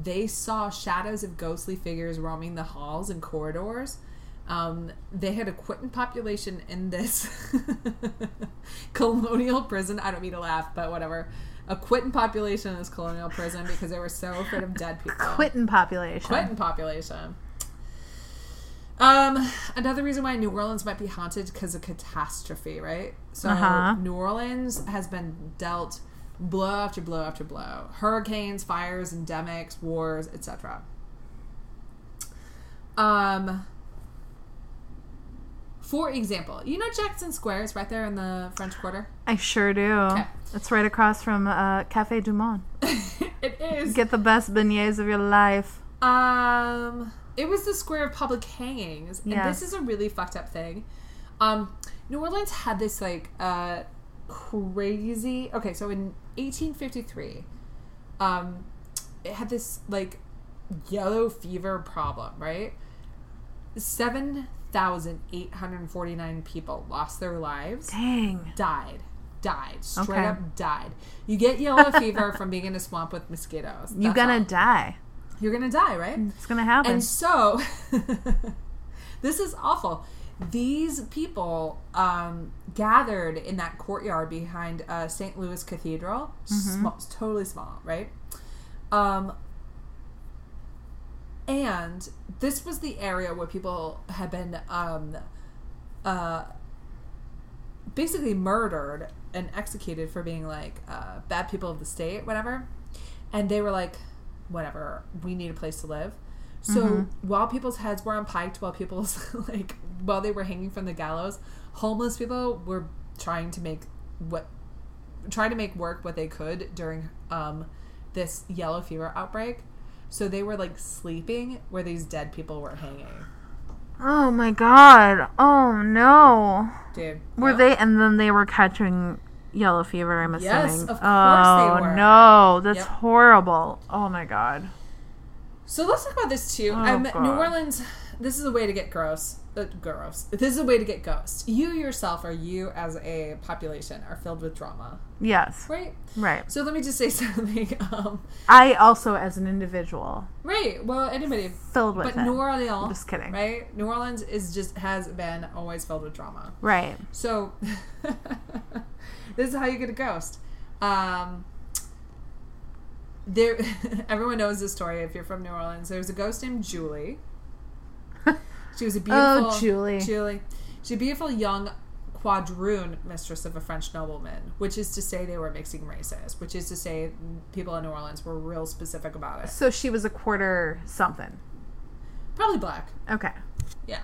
they saw shadows of ghostly figures roaming the halls and corridors. Um, they had a quitting population in this colonial prison. I don't mean to laugh, but whatever. A quitting population in this colonial prison because they were so afraid of dead people.
Quitting population.
Quentin population. Um, another reason why New Orleans might be haunted because of catastrophe, right? So
Uh-huh.
New Orleans has been dealt blow after blow after blow: hurricanes, fires, endemics, wars, etc. Um, for example, you know Jackson Square is right there in the French Quarter.
I sure do. It's right across from uh, Cafe Du Monde.
it is.
Get the best beignets of your life.
Um, it was the square of public hangings, and
Yes.
this is a really fucked up thing. Um, New Orleans had this like uh crazy. Okay, so in 1853, um, it had this like yellow fever problem, right? Seven thousand eight hundred forty-nine people lost their lives
Dang.
died. Died. Straight
Okay.
up died. You get yellow fever from being in a swamp with mosquitoes.
You're
That's
gonna
all.
die.
You're gonna die, right?
It's gonna happen.
And so, this is awful. These people um, gathered in that courtyard behind uh, St. Louis Cathedral. Small, totally small, right? Um, and this was the area where people had been um, uh, basically murdered and executed for being like uh, bad people of the state, whatever. And they were like, whatever, we need a place to live. So while people's heads were on piked, while people's like while they were hanging from the gallows, homeless people were trying to make what trying to make work what they could during um, this yellow fever outbreak. So they were like sleeping where these dead people were hanging.
Oh my god. Oh no.
Dude,
Were
no.
they? And then they were catching yellow fever. I'm assuming.
Yes, of course they
oh,
were.
no, that's
Yep.
horrible. Oh my god.
So let's talk about this too.
Oh,
um,
God.
New Orleans, this is a way to get gross. Uh, gross. This is a way to get ghosts. You yourself, or you as a population, are filled with drama,
Yes.
right?
Right.
So let me just say something. Um,
I also, as an individual,
right. Well, anybody,
filled with
but
it.
New Orleans.
Just kidding.
Right. New Orleans is just has been always filled with drama.
right.
So this is how you get a ghost. Um, there, everyone knows this story if you're from New Orleans. There was a ghost named Julie. She was a beautiful
Julie.
Julie. She's a beautiful young quadroon mistress of a French nobleman, which is to say they were mixing races, which is to say people in New Orleans were real specific about it.
So she was a quarter something.
Probably black.
Okay.
Yeah.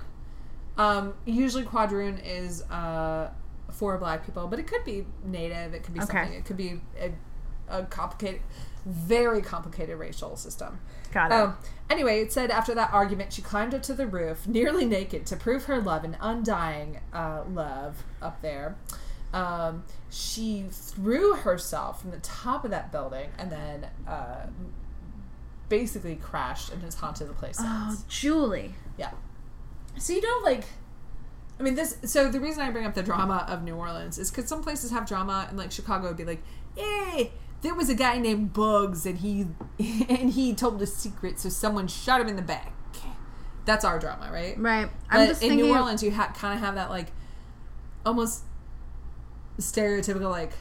Um, usually quadroon is uh, for black people, but it could be native. It could be
Okay.
something. It could be a, a complicated, very complicated racial system.
Got it.
Um, anyway, it said after that argument, she climbed up to the roof, nearly naked, to prove her love and undying uh, love up there. Um, she threw herself from the top of that building and then uh, basically crashed and has haunted the place since.
Oh, Julie.
Yeah. So you don't like. I mean, this. So the reason I bring up the drama of New Orleans is because some places have drama, and like Chicago would be like, "Hey, there was a guy named Bugs, and he and he told a secret, so someone shot him in the back." That's our drama, right?
Right.
but
I'm just
in
thinking.
New Orleans, you ha- kind of have that like almost stereotypical like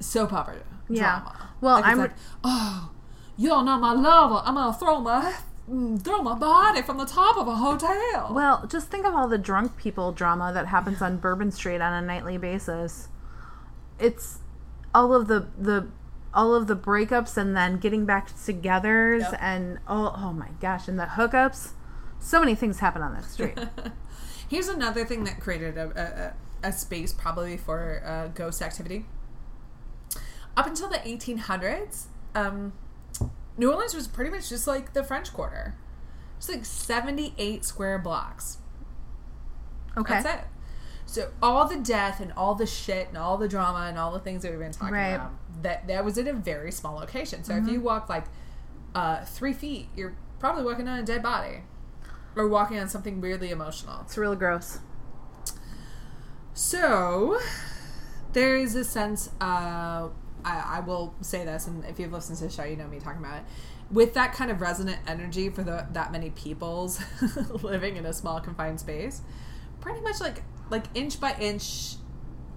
soap opera
Yeah.
drama.
Well,
Like, it's
I'm-
like, oh, you don't know my lover. I'm gonna throw my mm, throw my body from the top of a hotel.
well, just think of all the drunk people drama that happens on Bourbon Street on a nightly basis. It's all of the the all of the breakups and then getting back together
Yep.
and oh oh my gosh and the hookups. So many things happen on that street.
Here's another thing that created a, a, a a space probably for uh, ghost activity. Up until the 1800s, um, New Orleans was pretty much just like the French Quarter. It's like 78 square blocks.
Okay.
That's it. So all the death and all the shit and all the drama and all the things that we've been talking
Right. Mm-hmm.
about that that was in a very small location. So if you walk like uh, three feet, you're probably walking on a dead body or walking on something weirdly emotional.
It's real gross.
So there is a sense. Uh, I, I will say this, and if you've listened to the show, you know me talking about it. With that kind of resonant energy for the, that many peoples living in a small confined space, pretty much like like inch by inch,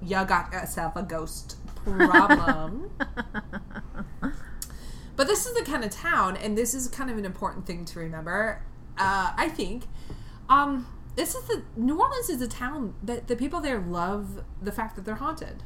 you got yourself a ghost problem. But this is the kind of town, and this is kind of an important thing to remember. Uh, I think um, this is the New Orleans is a town that the people there love the fact that they're haunted.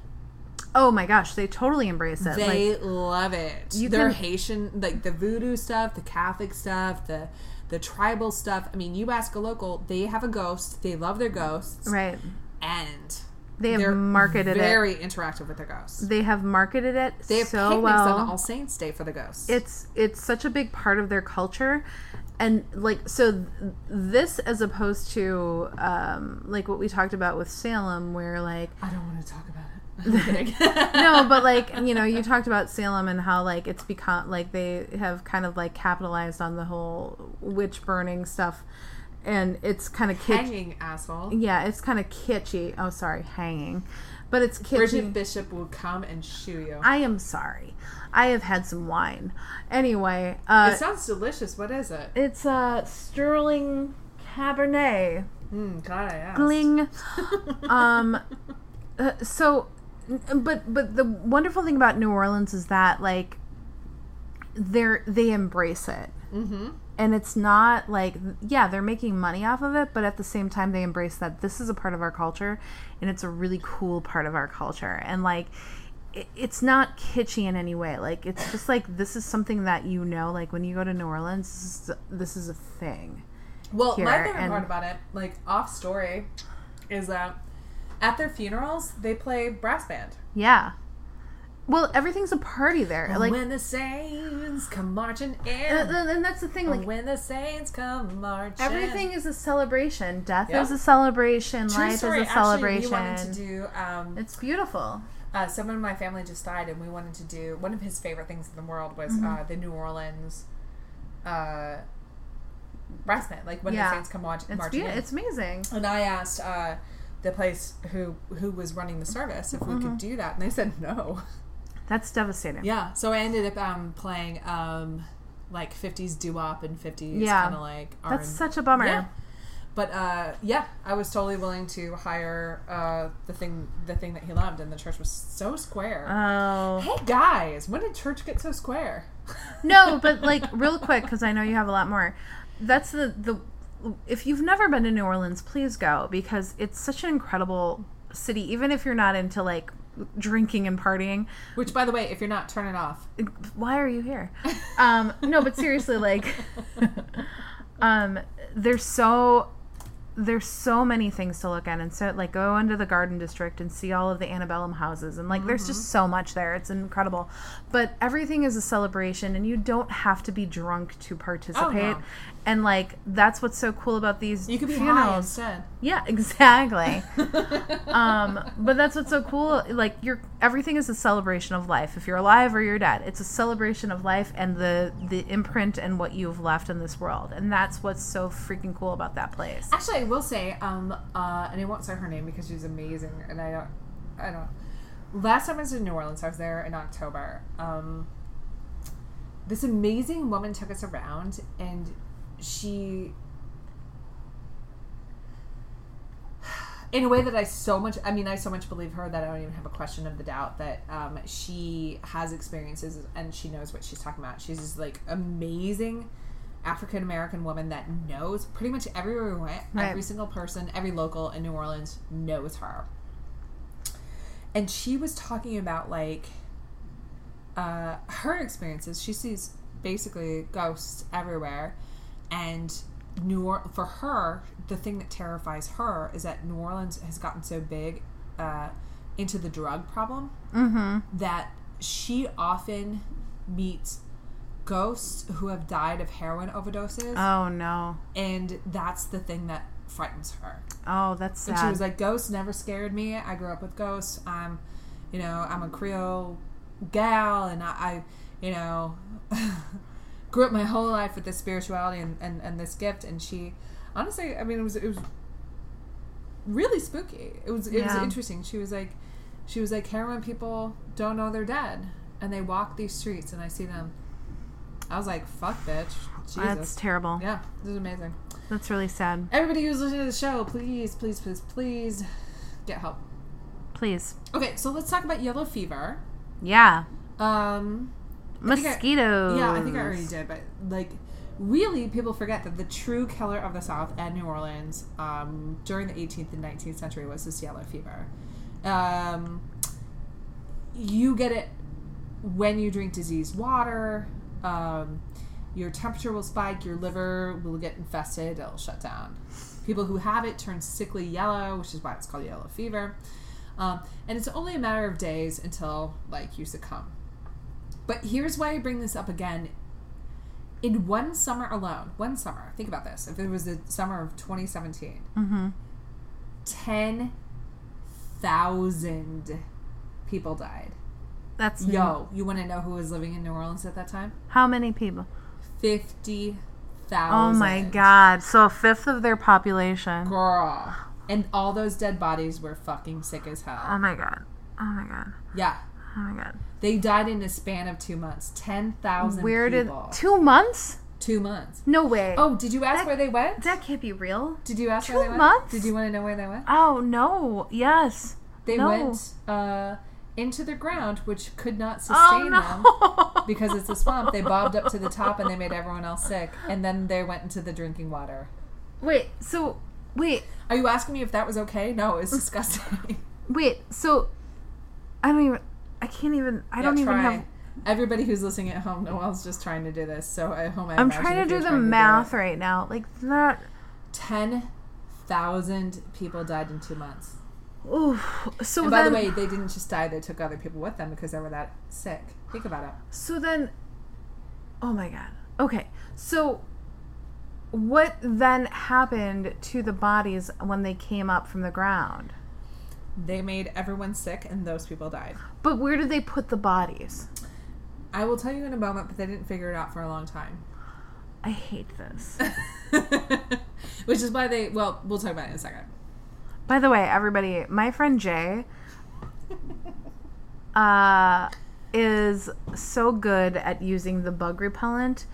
Oh my gosh, they totally embrace it. like,
They love it.
You
Their
can-
Haitian, like the voodoo stuff, the Catholic stuff, the the tribal stuff. I mean, you ask a local, they have a ghost. They love their ghosts,
right.
and
They have
they're
marketed it.
very interactive with their ghosts.
They have marketed it
They have
so
picnics
well.
on All Saints Day for the ghosts.
it's it's such a big part of their culture and like so th- this as opposed to um like what we talked about with Salem where like
I don't want to talk about it.
no but like you know you talked about Salem and how like it's become like they have kind of like capitalized on the whole witch burning stuff and it's kind of kitsch
Hanging asshole.
yeah it's kind of kitschy oh sorry hanging but it's kitschy
Bridget Bishop will come and shoe you.
I am sorry I have had some wine anyway uh
it sounds delicious. What is it?
It's a Sterling Cabernet.
Mm, God, I asked.
Bling. um, uh, so, n- but but the wonderful thing about New Orleans is that like they're they embrace it,
Mm-hmm.
and it's not like yeah they're making money off of it, but at the same time they embrace that this is a part of our culture, and it's a really cool part of our culture, and like. it- It's not kitschy in any way. Like it's just like this is something that you know. Like when you go to New Orleans, this is, this is a thing.
Well,
Here,
my favorite
and-
part about it, like off story, is that At their funerals, they play brass band.
Yeah. Well, everything's a party there. Like,
when the saints come marching
and,
in.
and and that's the thing. uh, Like,
when the saints come marching.
everything is a celebration. Death
Yeah.
is a celebration.
True
Life
story.
is a celebration.
Actually, we wanted to do. Um,
It's beautiful.
uh, someone in my family just died, and we wanted to do one of his favorite things in the world was
Mm-hmm.
uh, the New Orleans uh, brass band, like when
Yeah.
the saints come march-
It's
marching
be-
in.
it's amazing.
And I asked uh, the place who who was running the service if we could do that, and they said no.
That's devastating.
Mm-hmm. Yeah, so I ended up um, playing um, like '50s doo wop and '50s
Yeah.
kind of like R
That's such a bummer.
Yeah. But uh, yeah, I was totally willing to hire uh, the thing the thing that he loved, and the church was so square.
Oh.
hey guys, when did church get so square?
no but like real quick because i know you have a lot more that's the the if you've never been to new orleans please go because it's such an incredible city even if you're not into like drinking and partying
Which, by the way, if you're not, turn it off.
why are you here um no but seriously like um there's so there's so many things to look at and so like go into the garden district and see all of the antebellum houses and like there's
Mm-hmm.
just so much there it's incredible but everything is a celebration and you don't have to be drunk
Oh,
to participate and like that's what's so cool about these
You could be high
funerals
instead.
yeah exactly um but that's what's so cool like your everything is a celebration of life if you're alive or you're dead it's a celebration of life and the the imprint and what you've left in this world and that's what's so freaking cool about that place
Actually, I will say, um, uh, and I won't say her name because she's amazing, and I don't, I don't. Last time I was in New Orleans, I was there in October. Um, this amazing woman took us around, and she, in a way that I so much, I mean, I so much believe her that I don't even have a question of the doubt that um, she has experiences and she knows what she's talking about. She's this like amazing. African American woman that knows pretty much everywhere we went,
Right.
every single person, every local in New Orleans knows her. And she was talking about like uh, her experiences. She sees basically ghosts everywhere, and New or- for her, the thing that terrifies her is that New Orleans has gotten so big uh, into the drug problem Mm-hmm. that she often meets ghosts who have died of heroin overdoses,
oh no
and that's the thing that frightens her.
oh that's
And she
sad
was like, "Ghosts never scared me. I grew up with ghosts. I'm, you know, I'm a Creole gal, and I, I you know, grew up my whole life with this spirituality and, and, and this gift." And she, honestly, I mean, it was it was really spooky. It was it was
Yeah.
interesting. She was like, she was like, heroin people don't know they're dead, and they walk these streets, and I see them. I was like, "Fuck, bitch, Jesus."
that's terrible
yeah, this is amazing.
that's really sad
Everybody who's listening to the show, please, please, please, please get help.
please
Okay, so let's talk about yellow fever.
yeah
Um, I think I-
mosquitoes
yeah, I think I already did, but like, really, people forget that the true killer of the South and New Orleans um, during the 18th and 19th century was this yellow fever. Um, you get it when you drink diseased water. Um, your temperature will spike. Your liver will get infested. It'll shut down. People who have it turn sickly yellow, which is why it's called yellow fever. Um, and it's only a matter of days until like you succumb. But here's why I bring this up again. In one summer alone, one summer, think about this. If it was the summer of 2017,
Mhm.
10,000 people died.
that's
Yo, you want to know who was living in New Orleans at that time?
how many people
50,000.
oh my god so a fifth of their population
Girl. And all those dead bodies were fucking sick as hell.
oh my god oh my god
Yeah.
oh my god
They died in a span of two months. 10,000
Where did
people.
two months?
two months.
No way.
Oh, did you ask
That-
where they went?
that can't be real.
Did you ask
Two
where they went?
months?
Did you want to know where they went?
Oh no! Yes.
They
No.
went uh, into the ground, which could not
Oh
sustain them
no!
because it's a swamp. They bobbed up to the top and they made everyone else sick. And then they went into the drinking water.
wait. So wait,
Are you asking me if that was okay? No, it's disgusting.
wait. So I don't even. I can't even. I don't
Yeah,
even
try.
have.
Everybody who's listening at home, Noelle's just trying to do this. So at home, I
I'm
imagine
trying
if
to do
you're
the
trying to
math
it.
right now. Like that.
Ten thousand people died in two months.
Ooh. So
and by
then,
the way, they didn't just die; they took other people with them because they were that sick. Think about it.
so then, oh my god. Okay. So, what then happened to the bodies when they came up from the ground?
They made everyone sick, and those people died.
But where did they put the bodies?
I will tell you in a moment, but they didn't figure it out for a long time.
I hate this.
Which is why they. Well, we'll talk about it in a second.
By the way, everybody, my friend Jay uh, is so good at using the bug repellent.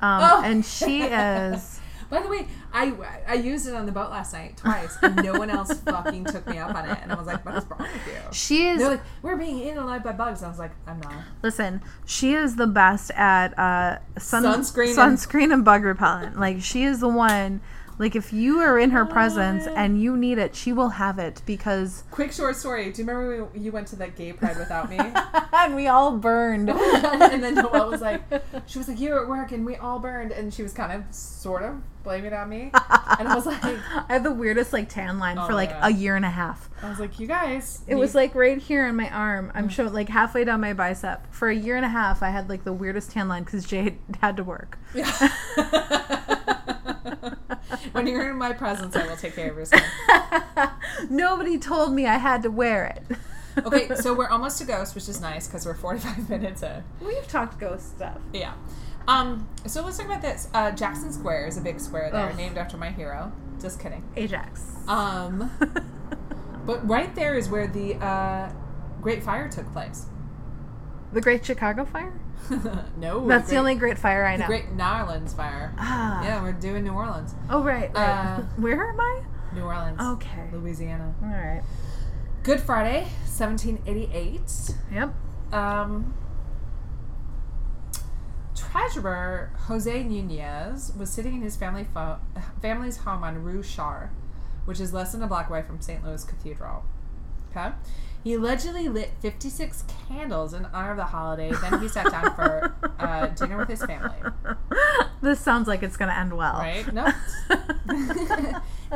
Um,
Oh.
And she is.
By the way, I I used it on the boat last night twice, and no one else fucking took me up on it. And I was like, "What is wrong with you?"
She is.
They're like, "We're being eaten alive by bugs." I was like, "I'm not."
Listen, she is the best at uh, sun,
Sunscreen and-
sunscreen and bug repellent. Like she is the one. Like if you are in her presence and you need it, she will have it because.
Quick short story. Do you remember when you went to that gay pride without me?
and we all burned.
and then Noelle was like, she was like, "You were at work, and we all burned," and she was kind of, sort of, blaming it on me. And I was like,
I had the weirdest like tan line
Oh
for
my
like
God.
a year and a half.
I was like, "You guys."
It was like right here on my arm.
Mm.
I'm showing like halfway down my bicep. For a year and a half, I had like the weirdest tan line because Jay had, had to work.
when you're in my presence, I will take care of your skin.
Nobody told me I had to wear it.
Okay, so we're almost to Ghost, which is nice because we're 45 minutes in.
We've talked ghost stuff.
Yeah. Um, so let's talk about this. Uh, Jackson Square is a big square there,
Ugh.
named after my hero. Just kidding.
Ajax.
Um, but right there is where the uh, Great Fire took place.
The Great Chicago Fire?
no,
That's the
Great-
only great fire I
the
know.
Great New Orleans Fire.
ah.
Yeah, we're doing New Orleans.
Oh, right. right.
Uh,
Where am I?
New Orleans.
Okay.
Louisiana.
All right.
Good Friday, 1788.
Yep.
Um, treasurer Jose Nunez was sitting in his family fo- family's home on Rue Char, which is less than a block away from St. Louis Cathedral. Okay. He allegedly lit 56 candles in honor of the holiday. Then he sat down for uh, dinner with his family.
This sounds like it's going to end well.
Right? No.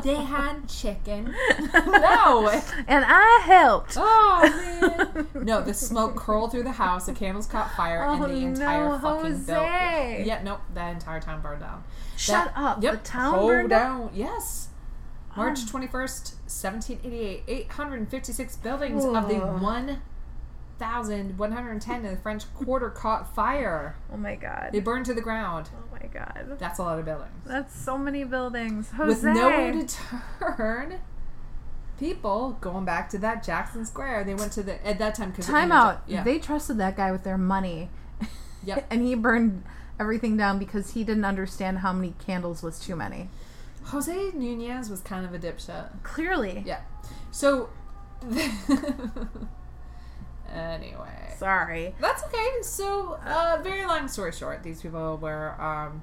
they had chicken. no.
And I helped.
Oh man! no, the smoke curled through the house. The candles caught fire,
Oh,
and the entire
no,
fucking
Jose.
building. Yeah, nope, that entire town burned down.
Shut
That-
up.
Yep,
The town
whole
burned down. Ah.
down. Yes. March twenty first, seventeen eighty eight. Eight hundred and fifty six buildings of the
Ugh.
one thousand one hundred and ten in the French Quarter caught fire.
Oh my god.
They burned to the ground.
Oh my god.
That's a lot of buildings.
That's so many buildings. Jose.
With nowhere to turn. People going back to that Jackson Square. They went to the at that time because
Time out. They trusted that guy with their money.
Yep.
and he burned everything down because he didn't understand how many candles was too many.
Jose Nunez was kind of a dipshit.
Clearly.
Yeah. So, anyway,
Sorry.
that's okay. So, uh, very long story short, these people were, um,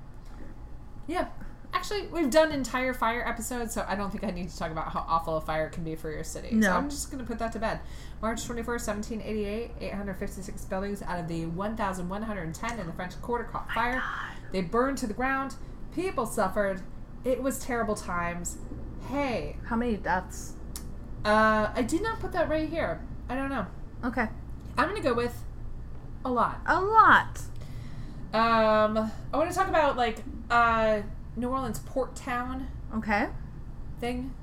yeah. Actually, we've done entire fire episodes, so I don't think I need to talk about how awful a fire can be for your city.
No.
So I'm just going to put that to bed. March 21st, 1788, 856 buildings out of the 1,110 in the French Quarter caught fire. They burned to the ground. People suffered. It was terrible times. Hey,
How many deaths?
uh, I did not put that right here. I don't know.
Okay.
I'm gonna go with a lot.
A lot.
Um, I want to talk about like uh, New Orleans port town
Okay.
thing.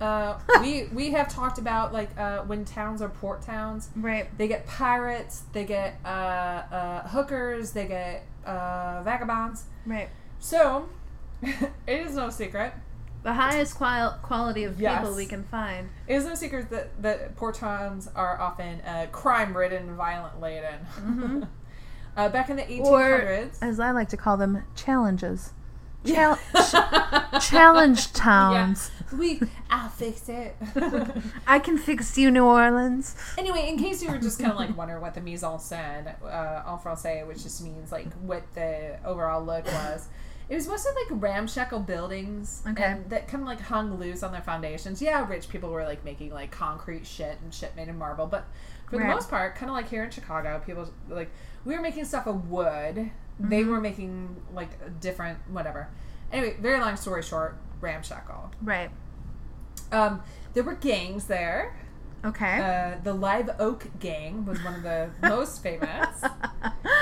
Uh, we we have talked about like uh, when towns are port towns,
Right.
they get pirates, they get uh, uh, hookers, they get uh, vagabonds.
Right.
So it is no secret.
The highest qual- quality of
Yes.
people we can find.
It is no secret that, that poor towns are often uh, crime ridden, violent laden.
Mm-hmm.
uh, back in the 1800s.
As I like to call them, challenges. Chal- ch- challenge towns.
we, I'll fix it.
I can fix you, New Orleans.
anyway, in case you were just kind of like wondering what the mise en scène, uh, en français, which just means like what the overall look was. It was mostly like ramshackle buildings
Okay.
and that kind of like hung loose on their foundations. Yeah, rich people were like making like concrete shit and shit made in marble, but for
Right.
the most part, kind of like here in Chicago, people like we were making stuff of wood. They
Mm-hmm.
were making like different whatever. Anyway, very long story short, ramshackle.
Right.
Um, there were gangs there.
Okay.
Uh, the Live Oak Gang was one of the most famous.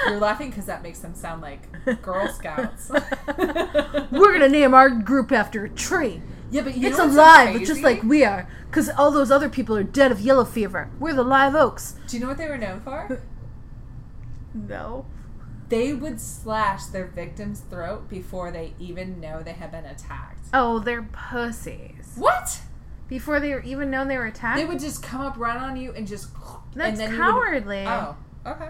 You're laughing because that makes them sound like Girl Scouts.
We're gonna name our group after a tree.
yeah, but you
It's
know what's so
alive, but just
crazy?
like we are, because all those other people are dead of yellow fever. We're the live oaks.
Do you know what they were known for?
No.
They would slash their victim's throat before they even know they had been attacked.
Oh, they're pussies.
What?
Before they were even known they were attacked.
They would just come up right on you and just.
That's
and then you would-
cowardly.
oh, okay.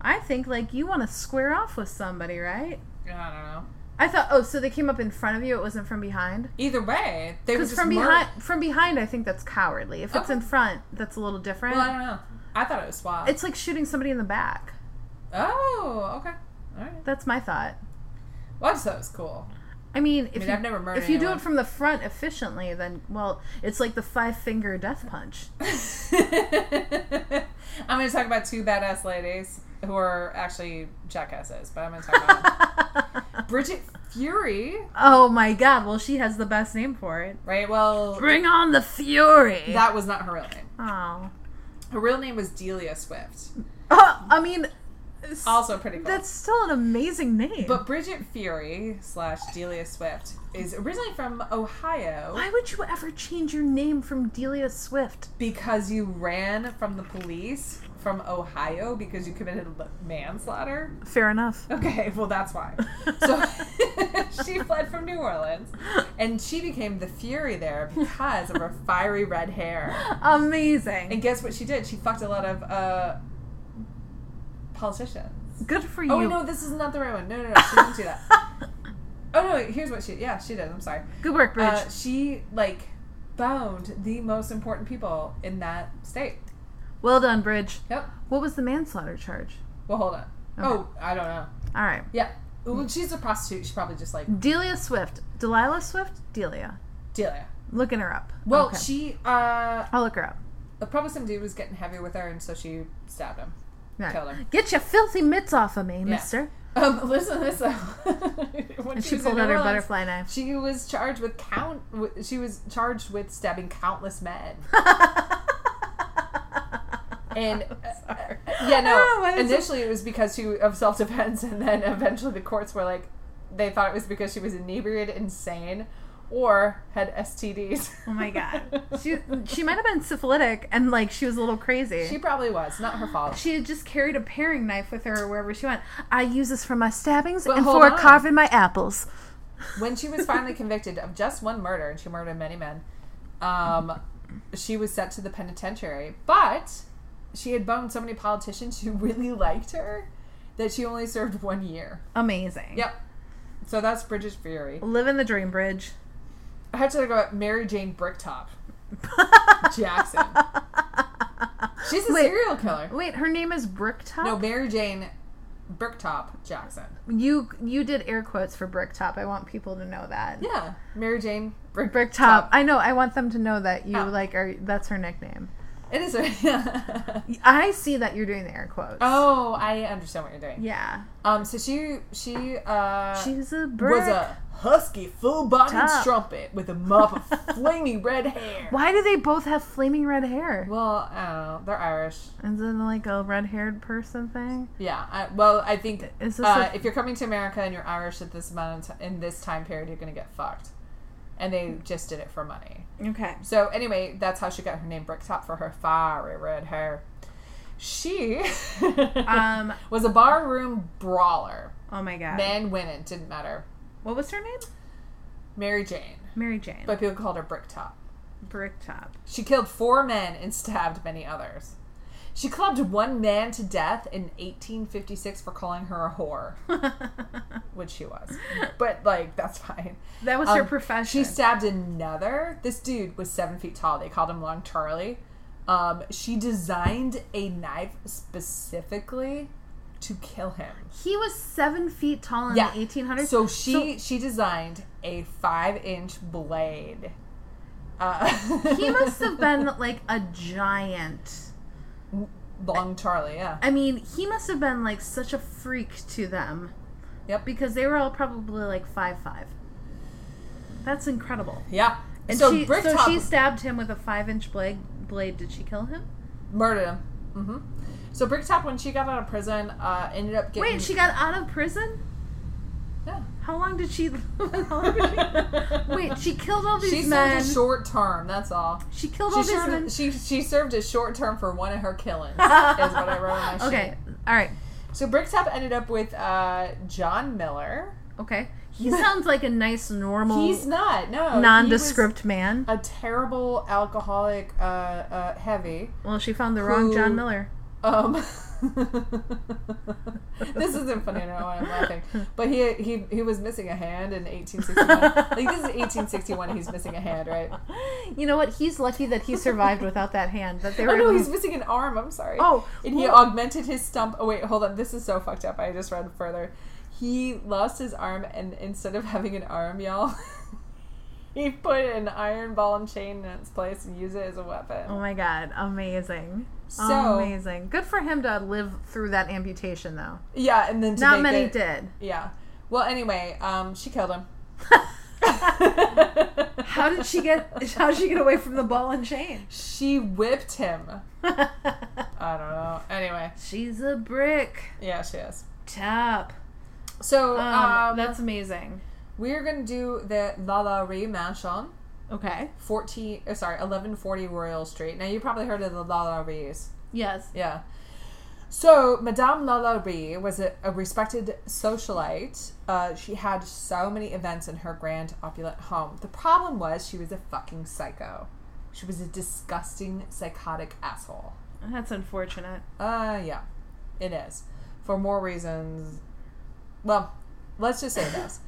I think like you want to square off with somebody, right?
I don't know.
I thought, oh, so they came up in front of you. It wasn't from behind.
Either way, they would
Because
just
from
mur-
behind, from behind, I think that's cowardly. If it's
Okay.
in front, that's a little different.
Well, I don't know. I thought it was swab.
it's like shooting somebody in the back.
oh, okay. All right.
That's my thought.
Well, I just thought it was cool.
I mean, if
mean,
you,
I've never murdered
if you do
anyone.
it from the front efficiently, then well, it's like the five finger death punch.
I'm going to talk about two badass ladies who are actually jackasses, but I'm going to talk about them. Bridget Fury,
oh my god! Well, she has the best name for it.
right? Well,
Bring on the fury.
that was not her real name.
oh.
Her real name was Delia Swift.
Oh, I mean, s-
Also pretty cool.
that's still an amazing name.
but Bridget Fury slash Delia Swift is originally from Ohio
why would you ever change your name from Delia Swift?
because you ran from the police from Ohio because you committed l- manslaughter.
Fair enough.
Okay, well that's why. So she fled from New Orleans, and she became the Fury there because of her fiery red hair.
Amazing.
And guess what she did? She fucked a lot of uh, politicians.
Good for you.
Oh wait, no, this is not the right one. No, no, no, she didn't do that. Oh no, wait, here's what she. Yeah, she did. I'm sorry.
Good work, Bridge.
Uh, she like boned the most important people in that state.
well done, Bridge.
Yep.
What was the manslaughter charge?
Well, hold on. Oh, I don't know.
All right.
Yeah. Well, she's a prostitute. She probably just like
Delia Swift. Delilah Swift? Delia.
Delia.
Looking her up.
Well,
Okay.
she uh
I'll look her up.
probably some dude was getting heavy with her, and so she stabbed him.
All right.
Killed her.
Get your filthy mitts off of me, mister.
Um, listen to this though. When
And she
was
pulled
in
out her
Orleans,
butterfly knife.
She was charged with count. w- She was charged with stabbing countless men. And uh, yeah, no.
Oh, what is
initially, it was because she of self defense, and then eventually the courts were like, they thought it was because she was inebriated, insane, or had STDs.
Oh my god. She she might have been syphilitic and like she was a little crazy.
she probably was. Not her fault.
She had just carried a paring knife with her wherever she went. I use this for my stabbings
But
and
hold
for
on.
carving my apples.
when she was finally convicted of just one murder, and she murdered many men, um, she was sent to the penitentiary. But she had boned so many politicians who really liked her that she only served one year.
Amazing.
Yep. So that's Bridget Fury.
Living the dream bridge.
I had to talk about Mary Jane Bricktop Jackson. She's a
Wait.
serial killer.
Wait, her name is Bricktop?
No, Mary Jane Bricktop Jackson.
You you did air quotes for Bricktop. I want people to know that.
Yeah, Mary Jane Brick-
Bricktop. I know. I want them to know that you
Oh.
like are that's her nickname.
It is. a-
I see that you're doing the air quotes.
oh, I understand what you're doing.
Yeah.
Um, so she she uh
She's a brick.
was a husky, full-bodied
Top.
strumpet with a mop of flaming red hair.
Why do they both have flaming red hair?
Well, I don't know. They're Irish.
Is it like a red-haired person thing?
Yeah. I, well, I think
Is this
uh,
a-
if you're coming to America and you're Irish at this amount of ti- in this time period, you're gonna get fucked. And they just did it for money.
Okay.
So anyway, that's how she got her name Bricktop for her fiery red hair. She
Um.
was a barroom brawler.
Oh my God.
Men, women, didn't matter.
What was her name?
Mary Jane,
Mary Jane.
but people called her Bricktop.
Bricktop.
She killed four men and stabbed many others. She clubbed one man to death in 1856 for calling her a whore, which she was. But, like, that's fine.
that was her
Um,
profession.
She stabbed another. This dude was seven feet tall. They called him Long Charlie. Um, she designed a knife specifically to kill him.
he was seven feet tall in
Yeah.
the 1800s.
So she she designed a five inch blade. Uh,
he must have been like a giant.
Long Charlie, yeah.
I mean, he must have been like such a freak to them.
Yep.
Because they were all probably like five five. That's incredible.
Yeah.
And
so
she,
Bricktop
so she stabbed him with a five inch blade.
Blade, did she kill him?
Murdered him. Mm-hmm. So Bricktop, when she got out of prison, uh, ended up getting.
Wait, she got out of prison?
Yeah.
How long did she? how long did she wait, she killed all these
She
men.
served a short term. That's all.
she killed
She
all these men.
served, she she served a short term for one of her killings. is what I wrote on my sheet.
okay, all right,
So Bricktop ended up with uh, John Miller.
okay. He sounds like a nice, normal,
He's not. No. he was
Nondescript man.
A terrible alcoholic, uh, uh, heavy.
Well, she found the wrong
Who-
John Miller.
Um, this isn't funny. I don't know why I'm laughing. But he he he was missing a hand in 1861. like this is 1861. He's missing a hand, right?
You know what? He's lucky that he survived without that hand. That they were.
Oh no,
able-
he's missing an arm. I'm sorry.
Oh,
and he
well-
augmented his stump. Oh wait, hold on. This is so fucked up. I just read further. He lost his arm, and instead of having an arm, y'all, he put an iron ball and chain in its place and used it as a weapon.
Oh my god, amazing.
So-
amazing. Good for him to live through that amputation though.
Yeah, and then to
Not
make
many
it-
did.
Yeah. Well, anyway, um, she killed him.
how did she get? How did she get away from the ball and chain?
She whipped him. I don't know. Anyway,
She's a brick
yeah, she is.
top.
So
Um,
um,
that's amazing.
we're gonna do the La La Ree Mansion,
Okay.
fourteen. uh, sorry, eleven forty Royal Street. Now you probably heard of the La La Rees.
Yes.
Yeah. So, Madame Lalaurie was a, a respected socialite. Uh, she had so many events in her grand, opulent home. The problem was she was a fucking psycho. She was a disgusting, psychotic asshole.
That's unfortunate.
Uh, yeah, it is. For more reasons. Well, let's just say this.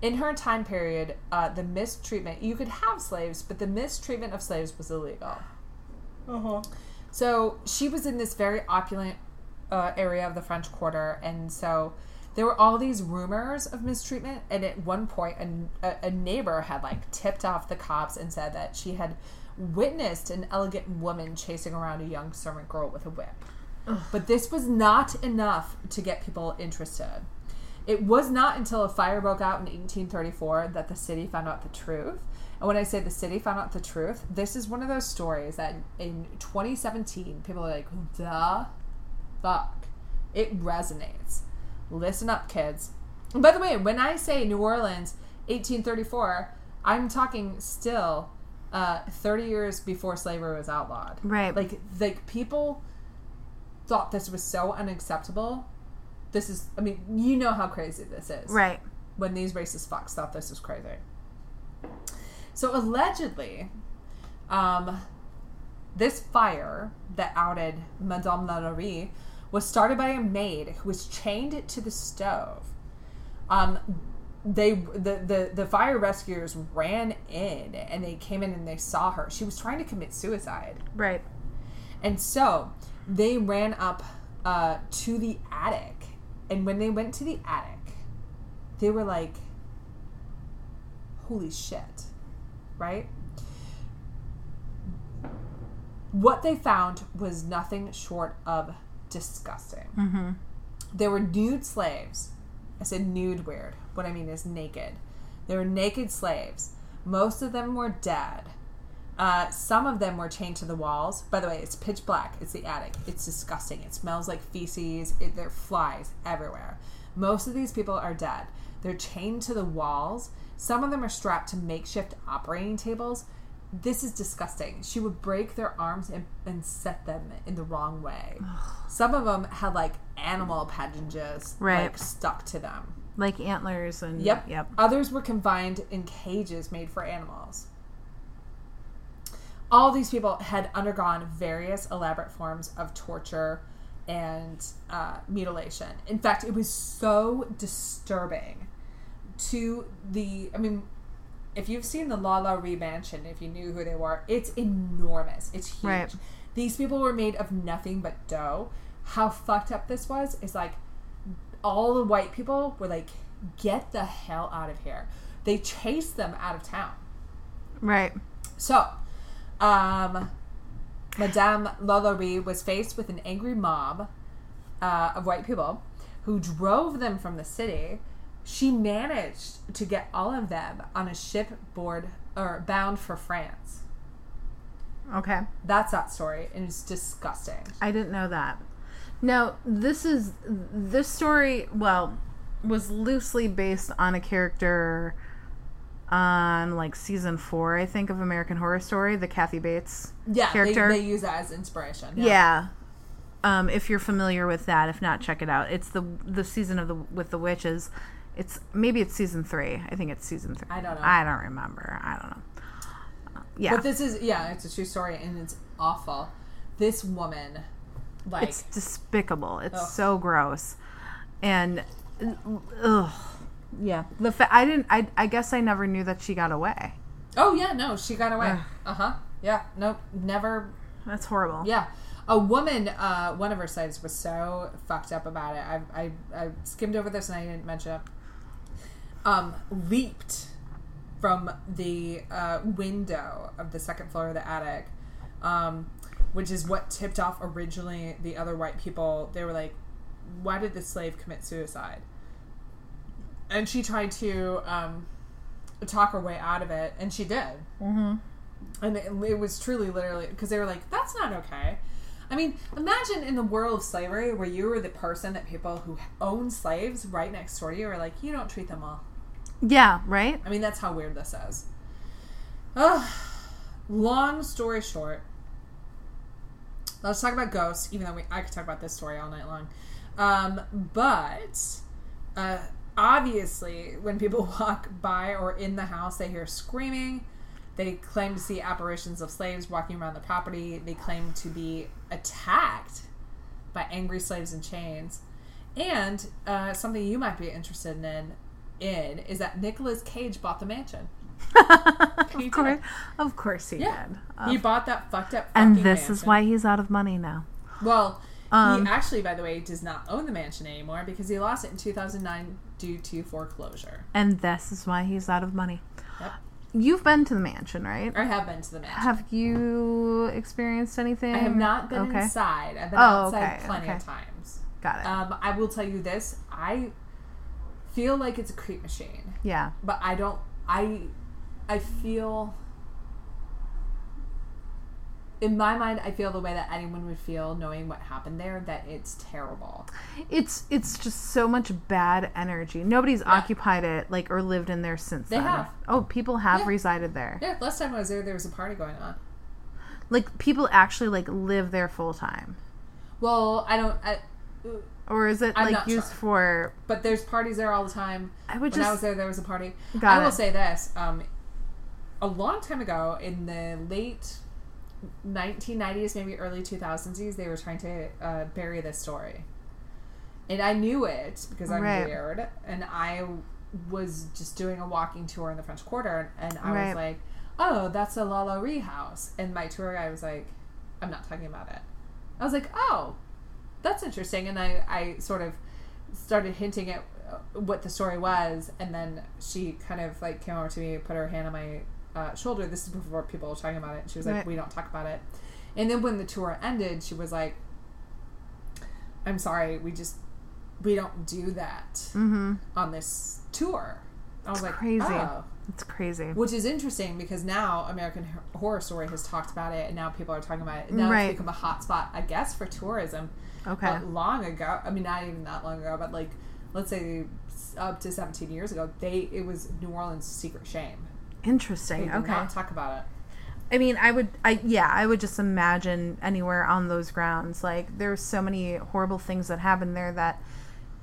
In her time period, uh, the mistreatment, you could have slaves, but the mistreatment of slaves was illegal.
Uh-huh.
So she was in this very opulent uh, area of the French Quarter, and so there were all these rumors of mistreatment. And at one point, an- a, a neighbor had like tipped off the cops and said that she had witnessed an elegant woman chasing around a young servant girl with a whip. But this was not enough to get people interested. It was not until a fire broke out in 1834 that the city found out the truth. And when I say the city found out the truth, this is one of those stories that in 2017, people are like, the fuck. It resonates. Listen up, kids. And by the way, when I say New Orleans, 1834, I'm talking still uh, 30 years before slavery was outlawed.
Right.
Like, like people thought this was so unacceptable. This is, I mean, you know how crazy this is.
right.
When these racist fucks thought this was crazy. So allegedly, um, this fire that outed Madame Lalaurie was started by a maid who was chained to the stove. Um, they the, the the fire rescuers ran in and they came in and they saw her. She was trying to commit suicide.
Right.
And so they ran up uh, to the attic. And when they went to the attic, they were like, holy shit, right? What they found was nothing short of disgusting. There were nude slaves. I said nude weird. What I mean is naked. They were naked slaves. Most of them were dead. Uh, some of them were chained to the walls. By the way, it's pitch black. It's the attic. It's disgusting. It smells like feces. It, there are flies everywhere. Most of these people are dead. They're chained to the walls. Some of them are strapped to makeshift operating tables. This is disgusting. She would break their arms and, and set them in the wrong way. Some of them had like animal appendages
Right.
like stuck to them.
Like antlers and
Yep.
Yep.
Others were confined in cages made for animals. All these people had undergone various elaborate forms of torture and uh, mutilation. In fact, it was so disturbing to the. I mean, if you've seen the La La Ree Mansion, if you knew who they were, it's enormous. It's huge.
Right.
These people were made of nothing but dough. How fucked up this was is like all the white people were like, get the hell out of here. They chased them out of town.
Right.
So, um, Madame Lalaurie was faced with an angry mob uh, of white people who drove them from the city. She managed to get all of them on a ship board or bound for France.
Okay.
That's that story, and it's disgusting.
I didn't know that. Now, this is this story, well, was loosely based on a character on like season 4, I think of American Horror Story, the Kathy Bates
Yeah, they-
character.
They, use that as inspiration.
yeah. Um, if you're familiar with that, if not, check it out. It's the the season of the with the witches. It's maybe it's season three. I think it's season three.
I don't know.
I don't remember. I don't know. Uh, Yeah,
But this is yeah, it's a true story, and it's awful. This woman, like,
it's despicable. It's
Ugh.
so gross, and uh, ugh. yeah. The fa- I didn't. I I guess I never knew that she got away.
oh yeah, no, she got away. Uh huh. Yeah. Nope. Never
That's horrible.
Yeah. A woman, uh, one of her sites was so fucked up about it. I, I, I skimmed over this and I didn't mention it. Um, leaped from the uh, window of the second floor of the attic, um, which is what tipped off originally the other white people. They were like, why did the slave commit suicide? And she tried to um, talk her way out of it, and she did and it, it was truly literally because they were like that's not okay i mean imagine in the world of slavery where you were the person that people who own slaves right next door to you are like you don't treat them well
Yeah. Right.
i mean that's how weird this is Ugh. long story short let's talk about ghosts even though we, i could talk about this story all night long um, but uh, obviously when people walk by or in the house they hear screaming they claim to see apparitions of slaves walking around the property. They claim to be attacked by angry slaves in chains. And uh, something you might be interested in, in is that Nicolas Cage bought the mansion.
of
you do
course.
it?
Of course he
Yeah.
did.
he bought that fucked up.
uh, and
fucking
this is
mansion.
why he's out of money now.
Well,
Um,
he actually, by the way, does not own the mansion anymore because he lost it in 2009 due to foreclosure.
And this is why he's out of money.
Yep.
You've been to the mansion, right?
I have been to the mansion.
Have you experienced anything?
I have not been
Okay.
inside. I've been
Oh,
outside
okay,
plenty of
okay.
times.
Got it.
Um, I will tell you this: I feel like it's a creep machine,
yeah.
but I don't. I I feel in my mind, I feel the way that anyone would feel knowing what happened there. That it's terrible.
It's it's just so much bad energy. Nobody's occupied it like or lived in there since
They
then.
have.
Oh, people have
Yeah.
resided there.
Yeah, last time I was there, there was a party going on.
Like people actually like live there full time.
Well, I don't. I,
Or is it
I'm
like
not
used
sure.
for
but there's parties there all the time.
I would
when I was
just
there, there was a party.
Got
I
it.
will say this: um, a long time ago, in the late 1990s, maybe early 2000s, they were trying to uh, bury this story, and I knew it because I'm
Right.
weird, and I was just doing a walking tour in the French Quarter, and I
Right.
was like, "Oh, that's a La Laurie house," and my tour guy was like, "I'm not talking about it." I was like, "Oh, that's interesting," and I I sort of started hinting at uh, what the story was, and then she kind of like came over to me, put her hand on my uh, shoulder. This is before people were talking about it. She was like,
Right.
"We don't talk about it." And then when the tour ended, she was like, "I'm sorry, we just we don't do that
mm-hmm.
on this tour." I was like,
crazy.
"Oh."
It's crazy.
Which is interesting because now American Hor- Horror Story has talked about it, and now people are talking about it. And now
Right.
it's become a hot spot, I guess, for tourism.
Okay.
Not long ago, I mean, not even that long ago, but like, let's say up to 17 years ago, they it was New Orleans' secret shame. They
Interesting.
did
Okay.
not talk about it.
I mean, I would, I yeah, I would just imagine anywhere on those grounds. Like there's so many horrible things that happen there that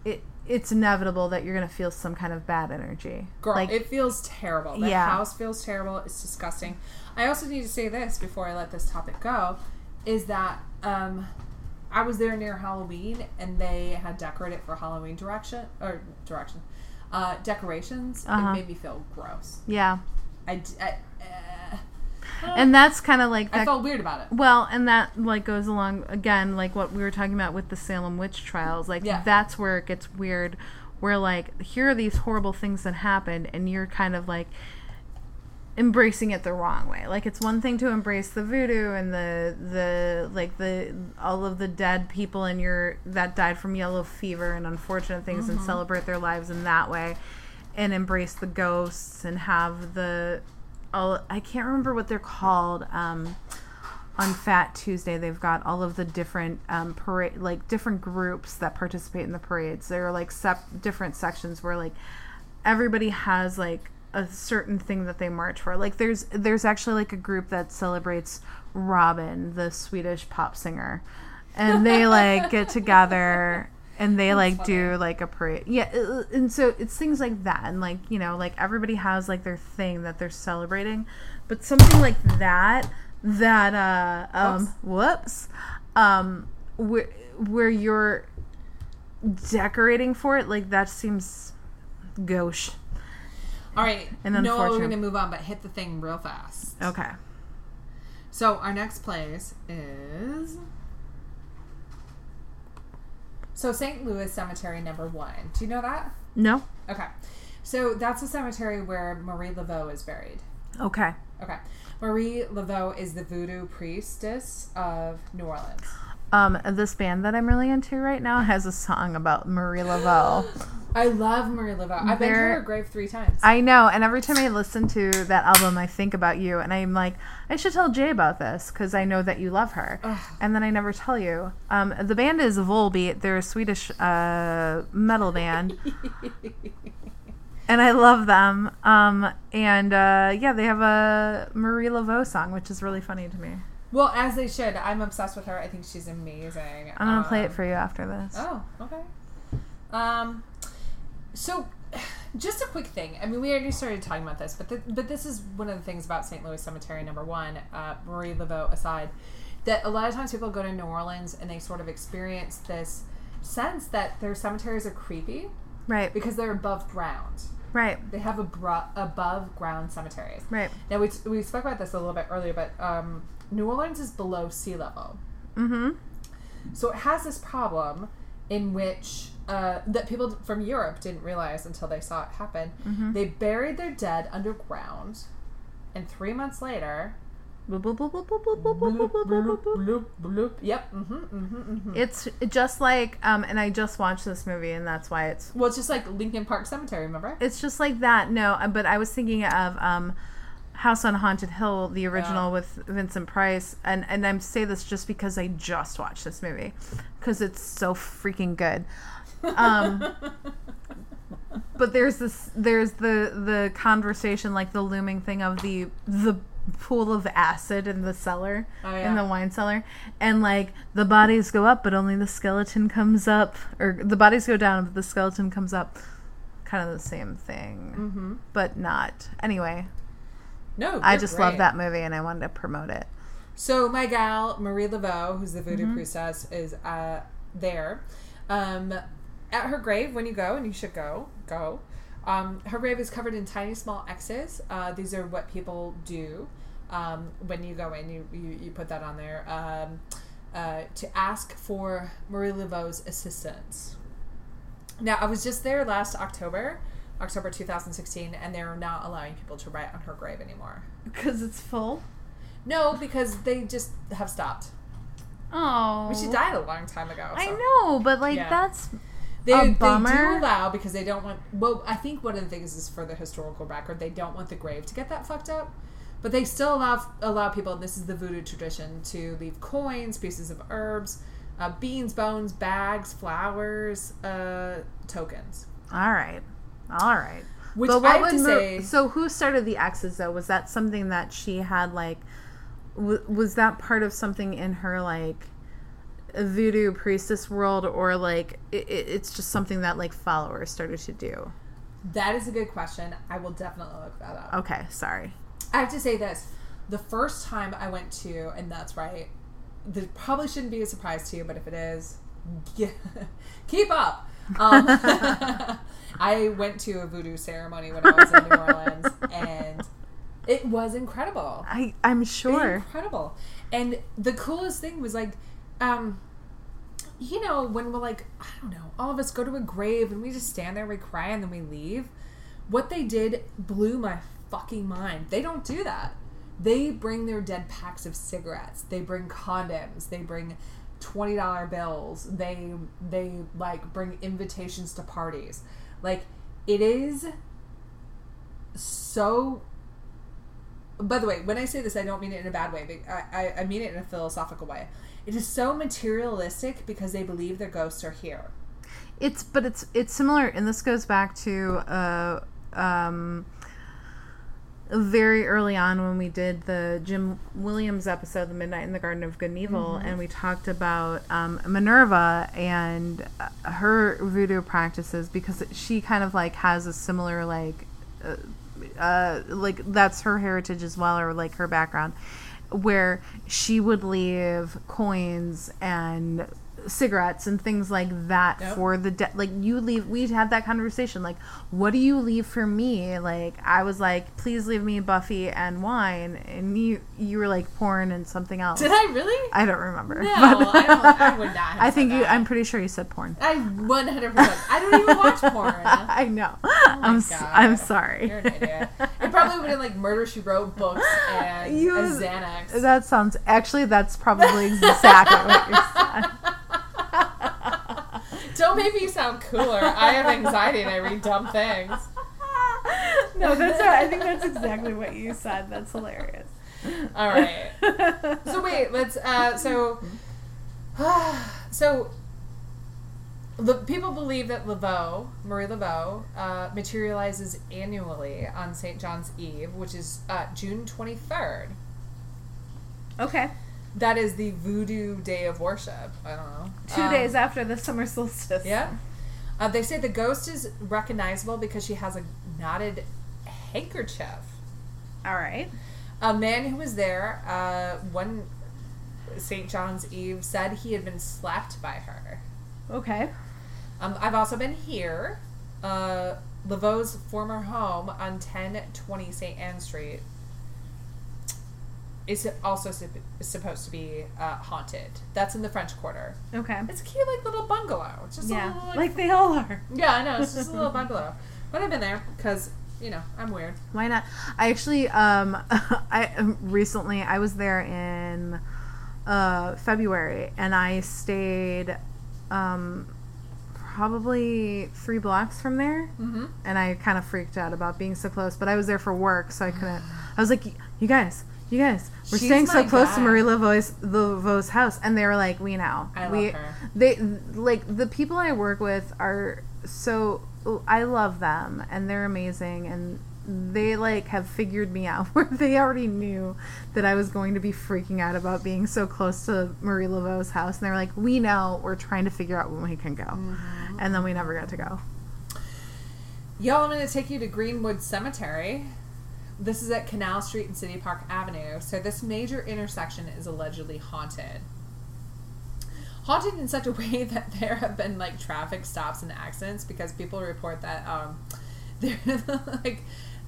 it it's inevitable that you're gonna feel some kind of bad energy.
Girl,
like
it feels terrible. The
Yeah.
house feels terrible. It's disgusting. I also need to say this before I let this topic go is that um, I was there near Halloween and they had decorated for Halloween direction or direction uh, decorations.
Uh-huh.
It made me feel gross.
yeah,
I, d- I, uh,
and that's kind of like
I
that.
felt weird about it.
well, and that like goes along again, like what we were talking about with the Salem witch trials. Like
Yeah.
that's where it gets weird. Where like here are these horrible things that happened, and you're kind of like embracing it the wrong way. Like it's one thing to embrace the voodoo and the the like the all of the dead people in your that died from yellow fever and unfortunate things and celebrate their lives in that way and embrace the ghosts and have the all I can't remember what they're called um on Fat Tuesday, they've got all of the different um, parade, like different groups that participate in the parades. There are like sep- different sections where like everybody has like a certain thing that they march for. Like there's there's actually like a group that celebrates Robin, the Swedish pop singer, and they like get together and they like do like a parade. Yeah, uh, and so it's things like that, and like you know, like everybody has like their thing that they're celebrating, but something like that that uh um whoops, um where where you're decorating for it like that seems gauche.
All right.
And
no, we're
unfortunate-
going to move on, but hit the thing real fast.
Okay.
So our next place is. So St. Louis Cemetery number one. Do you know that?
No.
Okay. So that's a cemetery where Marie Laveau is buried.
Okay.
Okay. Marie Laveau is the voodoo priestess of New Orleans.
Um, this band that I'm really into right now has a song about Marie Laveau.
I love Marie Laveau. I've been to
There-
her grave three times.
I know, and every time I listen to that album, I think about you, and I'm like, I should tell Jay about this because I know that you love her, and then I never tell you. Um, the band is Volbeat; they're a Swedish uh, metal band, and I love them. Um, and uh, yeah, they have a Marie Laveau song, which is really funny to me.
well, as they should. I'm obsessed with her. I think she's amazing.
I'm gonna play
Um,
it for you after this.
Oh, okay. Um, so just a quick thing. I mean, we already started talking about this, but th- but this is one of the things about St. Louis Cemetery Number One, uh, Marie Laveau aside, that a lot of times people go to New Orleans and they sort of experience this sense that their cemeteries are creepy
Right,
because they're above ground.
right,
They have abro- above ground cemeteries.
right.
Now we we spoke about this a little bit earlier, but um, New Orleans is below sea level.
Mm-hmm.
So it has this problem in which uh, that people from Europe didn't realize until they saw it happen. They buried their dead underground, and three months later, bloop, bloop, bloop, bloop. Yep. Mm-hmm, mm-hmm, mm-hmm.
It's just like, um, and I just watched this movie, and that's why it's
Well, it's just like Lincoln Park Cemetery, remember?
it's just like that. No, uh, but I was thinking of um, House on Haunted Hill, the original with Vincent Price, and and I'm say this just because I just watched this movie because it's so freaking good. Um, but there's this there's the the conversation like the looming thing of the the pool of acid in the cellar
Oh,
in
yeah.
the wine cellar and like the bodies go up but only the skeleton comes up or the bodies go down but the skeleton comes up kind of the same thing
Mm-hmm.
but not anyway
No,
i
you're
just
right.
love that movie and i wanted to promote it
So my gal Marie Laveau, who's the voodoo priestess, is uh, there um, at her grave. When you go, and you should go, go. Um, her grave is covered in tiny, small X's. Uh, these are what people do um, when you go in. You you, you put that on there um, uh, to ask for Marie Laveau's assistance. Now, I was just there last October, October 2016, and they're not allowing people to write on her grave anymore.
because it's full
No, because they just have stopped.
oh
But she died a long time ago.
i
so.
know but like
Yeah.
that's
They,
A
they
bummer.
do allow because they don't want. Well, I think one of the things is for the historical record, they don't want the grave to get that fucked up. But they still allow allow people. And this is the voodoo tradition to leave coins, pieces of herbs, uh, beans, bones, bags, flowers, uh, tokens.
all right all right
Which
but
I
what
have
would
to
Mar-
say,
so who started the X's though? Was that something that she had like? W- was that part of something in her like voodoo priestess world, or like i i it's just something that like followers started to do?
that is a good question. I will definitely look that up.
Okay, sorry.
I have to say this. The first time I went to, and that's right, this probably shouldn't be a surprise to you, but if it is, ge- keep up. Um, I went to a voodoo ceremony when I was in New Orleans, and it was incredible.
I I'm sure.
Incredible. And the coolest thing was like, um, you know, when we're like, I don't know, all of us go to a grave and we just stand there, we cry, and then we leave. What they did blew my fucking mind. They don't do that. They bring their dead packs of cigarettes. They bring condoms. They bring twenty dollar bills. They they like bring invitations to parties. Like it is so by the way, when I say this, I don't mean it in a bad way. But I, I, I mean it in a philosophical way. It is so materialistic because they believe their ghosts are here.
It's but it's it's similar, and this goes back to uh, um, very early on when we did the Jim Williams episode, "The Midnight in the Garden of Good and Evil," and we talked about um, Minerva and uh, her voodoo practices because she kind of like has a similar like, uh, uh, like that's her heritage as well, or like her background, where she would leave coins and cigarettes and things like that
Yep.
for the de- like you leave we had that conversation like what do you leave for me like i was like please leave me buffy and wine and you you were like porn and something else
Did I really?
i don't
No,
remember but-
I don't- I would not have
i think
said
you
that.
i'm pretty sure you said porn
I 100. percent I don't even watch porn. Oh
i know
my
i'm s-
God.
i'm sorry
You're an idiot. It probably would have like Murder She Wrote books and
You-
a Xanax.
that sounds actually that's probably exactly what you're saying
Don't make me sound cooler. I have anxiety and I read dumb things.
no that's not, i think that's exactly what you said that's hilarious
All right. So wait, let's. Uh, so, so the people believe that Laveau, Marie Laveau, uh, materializes annually on St. John's Eve, which is uh, June twenty third.
okay
That is the voodoo day of worship. I don't know.
two
Um,
days after the summer solstice.
Yeah. Uh, they say the ghost is recognizable because she has a knotted handkerchief.
All right.
A man who was there uh, one St. John's Eve said he had been slapped by her.
Okay.
Um, I've also been here, uh, Laveau's former home on 1020 St. Anne Street. Is also sup- supposed to be uh, haunted. That's in the French Quarter.
Okay.
It's a cute, like little bungalow. It's just a
yeah.
little,
Like, they all are.
yeah, I know. It's just a little bungalow. But I've been there because you know I'm weird.
Why not? I actually um I um, recently I was there in uh February and I stayed um probably 3 blocks from there.
Mm-hmm.
and I kind of freaked out about being so close. But I was there for work, so I couldn't. I was like, "You guys, you guys, we're
She's
staying so
my
close to
guy."
Marie Laveau's, Laveau's house," and they were like, "We know."
I love
we,
her.
They like the people I work with are so. I love them, and they're amazing, and they like have figured me out where they already knew that I was going to be freaking out about being so close to Marie Laveau's house, and they were like, "We know. We're trying to figure out when we can go,"
Mm-hmm.
and then we never got to go.
Y'all, I'm going to take you to Greenwood Cemetery. This is at Canal Street and City Park Avenue. So, this major intersection is allegedly haunted. Haunted in such a way that there have been like traffic stops and accidents because people report that um, there like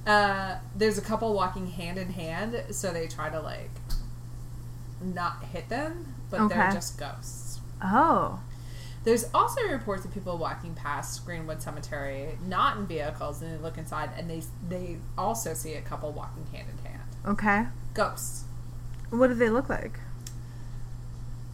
uh, there's a couple walking hand in hand, so they try to like not hit them, but they're
Okay.
just ghosts.
Oh.
There's also reports of people walking past Greenwood Cemetery, not in vehicles, and they look inside, and they they also see a couple walking hand in hand,
Okay.
ghosts.
What do they look like?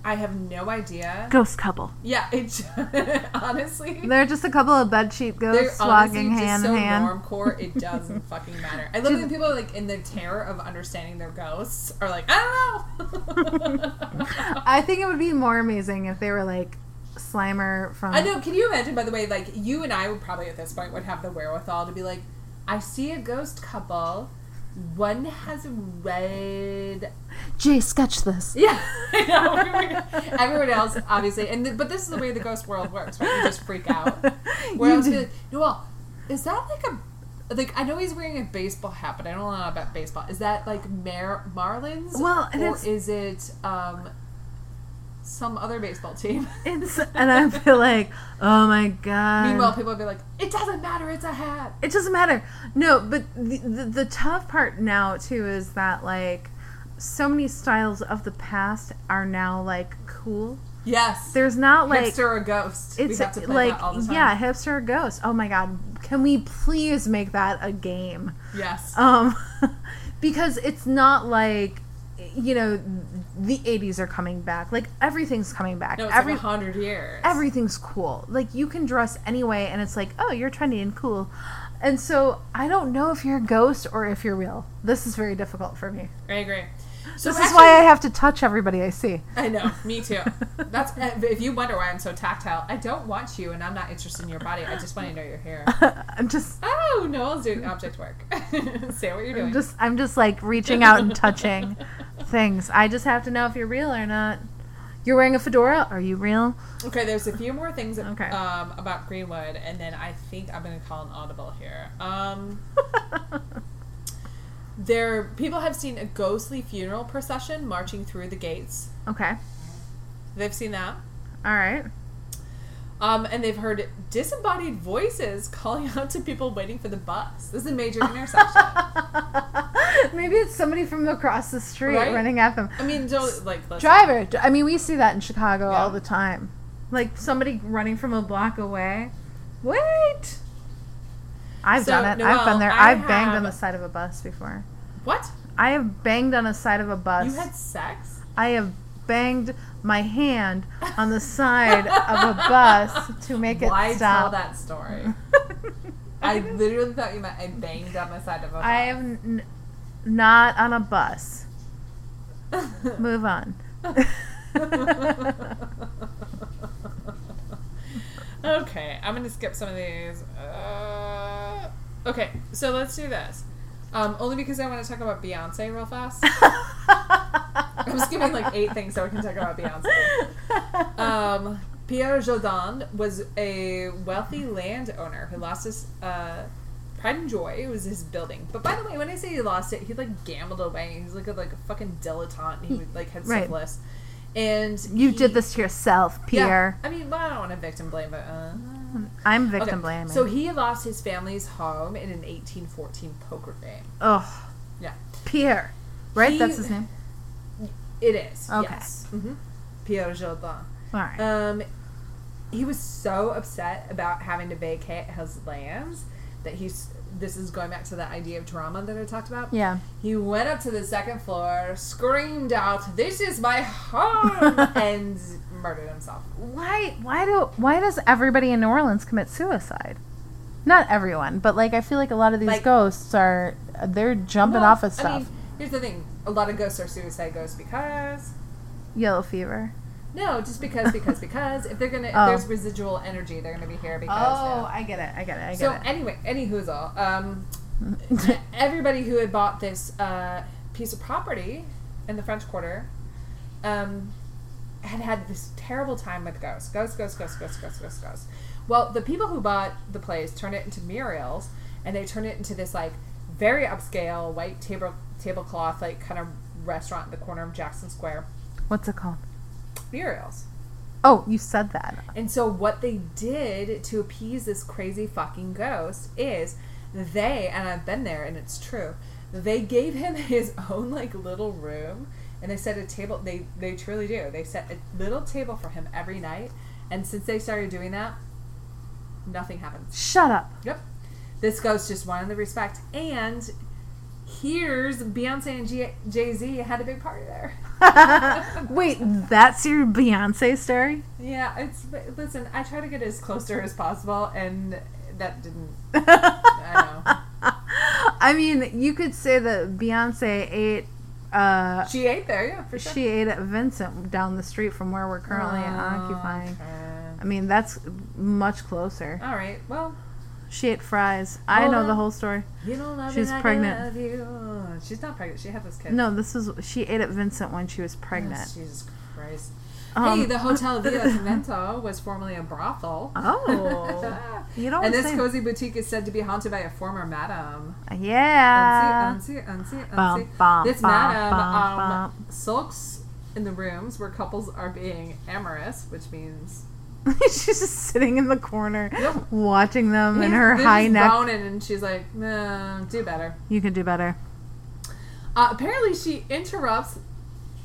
I have no idea.
Ghost couple.
Yeah, it honestly,
They're just a couple of bedsheet
they're
ghosts
honestly
walking hand
just so
in hand.
normcore. It doesn't fucking matter. I love when people like in their terror of understanding their ghosts are like, "Ah!" I don't know.
I think it would be more amazing if they were like Slimer from.
I know. Can you imagine? By the way, like you and I would probably at this point would have the wherewithal to be like, I see a ghost couple. One has red.
Jay, sketch this.
Yeah, I know. Everyone else, obviously, and th- but this is the way the ghost world works, right? You just freak out. Where
You
else be
do-
like, Noel, is that like a like? I know he's wearing a baseball hat, but I don't know about baseball. Is that like Mar- Marlins?
Well, and
or
it's-
is it um some other baseball team?
It's, and I'd be like, oh my god.
Meanwhile, people would be like, "It doesn't matter. It's a hat."
it doesn't matter. No, but the, the, the tough part now too is that like so many styles of the past are now like cool.
Yes.
There's not like
Hipster or ghost.
It's
we have to play
like
that all the time.
yeah, hipster or ghost. Oh my god, can we please make that a game?
Yes.
Um, because it's not like you know the '80s are coming back. Like everything's coming back.
no, it's
Every
like a hundred years.
everything's cool. Like you can dress anyway, and it's like oh, you're trendy and cool. And so I don't know if you're a ghost or if you're real. This is very difficult for me.
I agree. So
this is
actually-
why I have to touch everybody I see.
I know. Me too. That's eh, if you wonder why I'm so tactile. I don't want you, and I'm not interested in your body. I just want to know your hair.
I'm just
Oh, Noel's doing object work. Say what you're doing.
I'm just I'm just like reaching out and touching things. I just have to know if you're real or not. You're wearing a fedora? Are you real?
Okay, there's a few more things
Okay.
um, about Greenwood, and then I think I'm going to call an audible here. Um, there, people have seen a ghostly funeral procession marching through the gates.
okay.
They've seen that,
All right.
um, and they've heard disembodied voices calling out to people waiting for the bus. This is a major intersection.
Maybe it's somebody from across the street
Right?
running at them.
I mean, don't like let's
Driver. dr- I mean, we see that in Chicago all
Yeah.
the time. Like somebody running from a block away. Wait. I've
So,
done it. I've
Noelle,
been there.
I
I've banged on
have-
the side of a bus before.
What?
I have banged on the side of a bus.
You had sex?
I have banged my hand on the side of a bus to make it
Why tell
stop.
that story? I literally thought you meant I banged on the side of a bus.
I have n- not on a bus. Move on.
okay, I'm gonna skip some of these. Uh, okay, so let's do this. Um, only because I want to talk about Beyonce real fast. I'm skipping like eight things so we can talk about Beyonce. Um, Pierre Jordan was a wealthy landowner who lost his uh, pride and joy. It was his building. But by the way, when I say he lost it, he like gambled away. He's like a, like a fucking dilettante. He would, like had
Right.
syphilis. And
you
he-
did this to yourself,
Yeah.
Pierre.
I mean, well, I don't want to victim blame, but uh,
I'm
okay.
victim eh? blaming.
So he lost his family's home in an 1814 poker game.
Ugh.
Yeah.
Pierre. Right?
He-
That's his name?
It is.
Okay.
Yes. hmm Pierre Jordan.
All right.
Um, he was so upset about having to vacate his lands that he's. This is going back to that idea of drama that I talked about.
yeah.
He went up to the second floor, screamed out, "This is my home!" and murdered himself.
Why why do why does everybody in New Orleans commit suicide? Not everyone, but like I feel like a lot of these
Like-
ghosts are they're jumping
Well,
off of
I
stuff.
mean, here's the thing: a lot of ghosts are suicide ghosts because
Yellow fever.
no, just because, because, because if they're gonna,
Oh.
if there's residual energy, they're gonna be here because. yeah.
I get it. I get it. I get
So anyway, any whoozle, um, everybody who had bought this uh, piece of property in the French Quarter um, had had this terrible time with ghosts, ghosts, ghosts, ghosts, ghosts, ghosts, ghosts, ghosts. Well, the people who bought the place turned it into murals, and they turned it into this like very upscale white table tablecloth like kind of restaurant in the corner of Jackson Square.
What's it called?
Murals.
Oh, you said that.
And so what they did to appease this crazy fucking ghost is they and I've been there and it's true. They gave him his own like little room and they set a table they they truly do. They set a little table for him every night and since they started doing that nothing happens.
Shut up.
Yep. This ghost just wanted the respect and here's Beyonce and G- Jay-Z had a big party there.
Wait, that's your Beyonce story?
Yeah, it's but listen. I try to get as close to her as possible, and that didn't. I
I mean, you could say that Beyonce ate uh
know. She ate there, yeah, for sure.
she ate at Vincent down the street from where we're currently occupying.
Okay.
I mean, that's much closer.
All right. Well,
She ate fries. I
Hold
know
on.
the whole story.
you don't love
She's
me like
pregnant.
I love you. She's not pregnant. She had this kid.
No, this is she ate at Vincent when she was
Oh,
pregnant.
Jesus Christ. hey,
Um,
the Hotel Villa Convento was formerly a brothel.
Oh, you don't
and this
say.
cozy boutique is said to be haunted by a former madam.
yeah.
Unsee, unsee, unsee,
Uh, Bum,
unsee.
bum,
This
bum,
madam
bum,
um, sulks in the rooms where couples are being amorous, which means
She's just sitting in the corner,
Nope.
watching them in her
They're
high
just
neck.
boning, and she's like, "Nah, do better."
You can do better.
Uh, apparently, she interrupts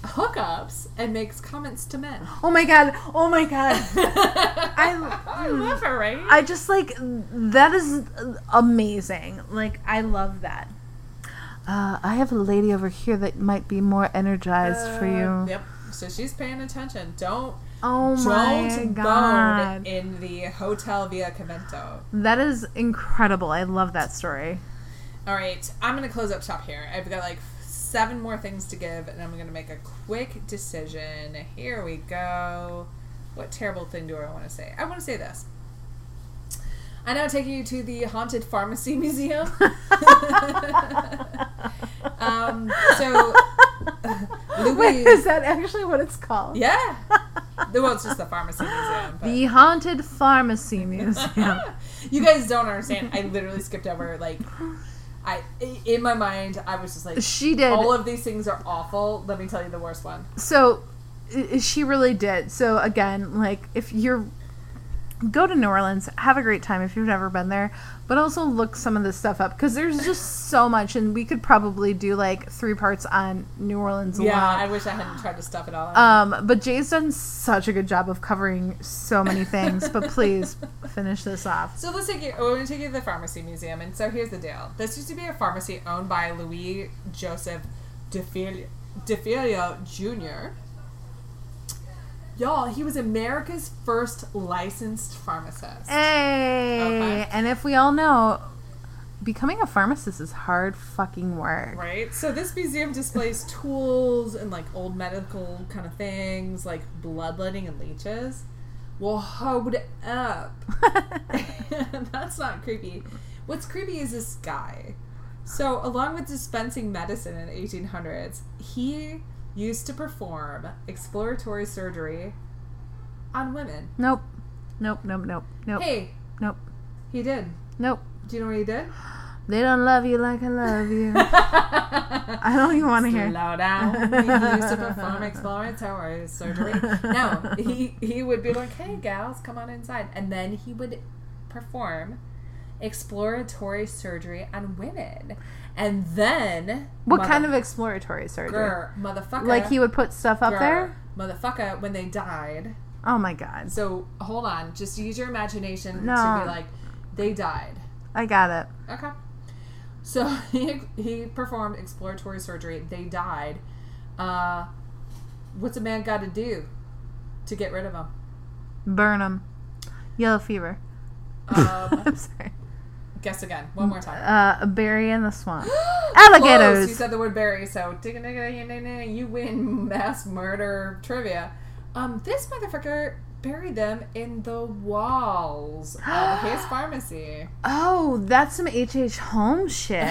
hookups and makes comments to men.
Oh my god. Oh my god.
I, love her, right?
I just like that is amazing. Like I love that. Uh, I have a lady over here that might be more energized for
Uh,
you.
Yep. So she's paying attention. Don't
Oh my
Don't
god.
bone in the Hotel Via Convento.
That is incredible. I love that story.
All right, I'm gonna close up shop here. I've got like seven more things to give, and I'm gonna make a quick decision. Here we go. What terrible thing do I want to say? I want to say this. I now take you to the haunted pharmacy museum. um, so Louis,
Wait, is that actually what it's called?
yeah, well, it's just the pharmacy museum. But.
The Haunted Pharmacy Museum.
you guys don't understand. I literally skipped over like. I in my mind I was just like
she did.
all of these things are awful. Let me tell you the worst one.
so i- she really did. So again, like if you're go to New Orleans, have a great time if you've never been there, but also look some of this stuff up because there's just so much, and we could probably do like three parts on New Orleans
Yeah,
alone.
I wish I hadn't tried to stuff it all. in.
Um, but Jay's done such a good job of covering so many things. but please finish this off.
so let's take you. We're going to take you to the pharmacy museum, and so here's the deal. This used to be a pharmacy owned by Louis Joseph DeFilio, DeFilio Jr. Y'all, he was America's first licensed pharmacist.
Hey,
Okay.
and if we all know, becoming a pharmacist is hard fucking work.
Right? So this museum displays tools and like old medical kind of things, like bloodletting and leeches. Well, hold up. That's not creepy. What's creepy is this guy. So, along with dispensing medicine in the 1800s, he used to perform exploratory surgery on women.
nope, nope, nope, nope, nope,
Hey,
nope,
he did.
nope.
Do you know what he did?
They don't love you like I love you. I don't even want to hear.
Slow down. He used to perform exploratory surgery. No, he he would be like, "Hey, gals, come on inside," and then he would perform exploratory surgery on women, and then
What kind of exploratory surgery?
grr, motherfucker?
Like he would put stuff up
grr,
there.
motherfucker, when they died.
Oh my god,
So hold on, just use your imagination to
No.
be like, they died.
I got it.
Okay. So he he performed exploratory surgery. They died. Uh, what's a man got to do to get rid of them?
Burn 'em. Yellow fever.
Um,
I'm sorry.
guess again, one more time.
Uh, bury in the swamp.
Close.
Alligators.
You said the word Barry, so you win mass murder trivia. Um, this motherfucker buried them in the walls of his pharmacy.
Oh, that's some H.H. H. Holmes shit.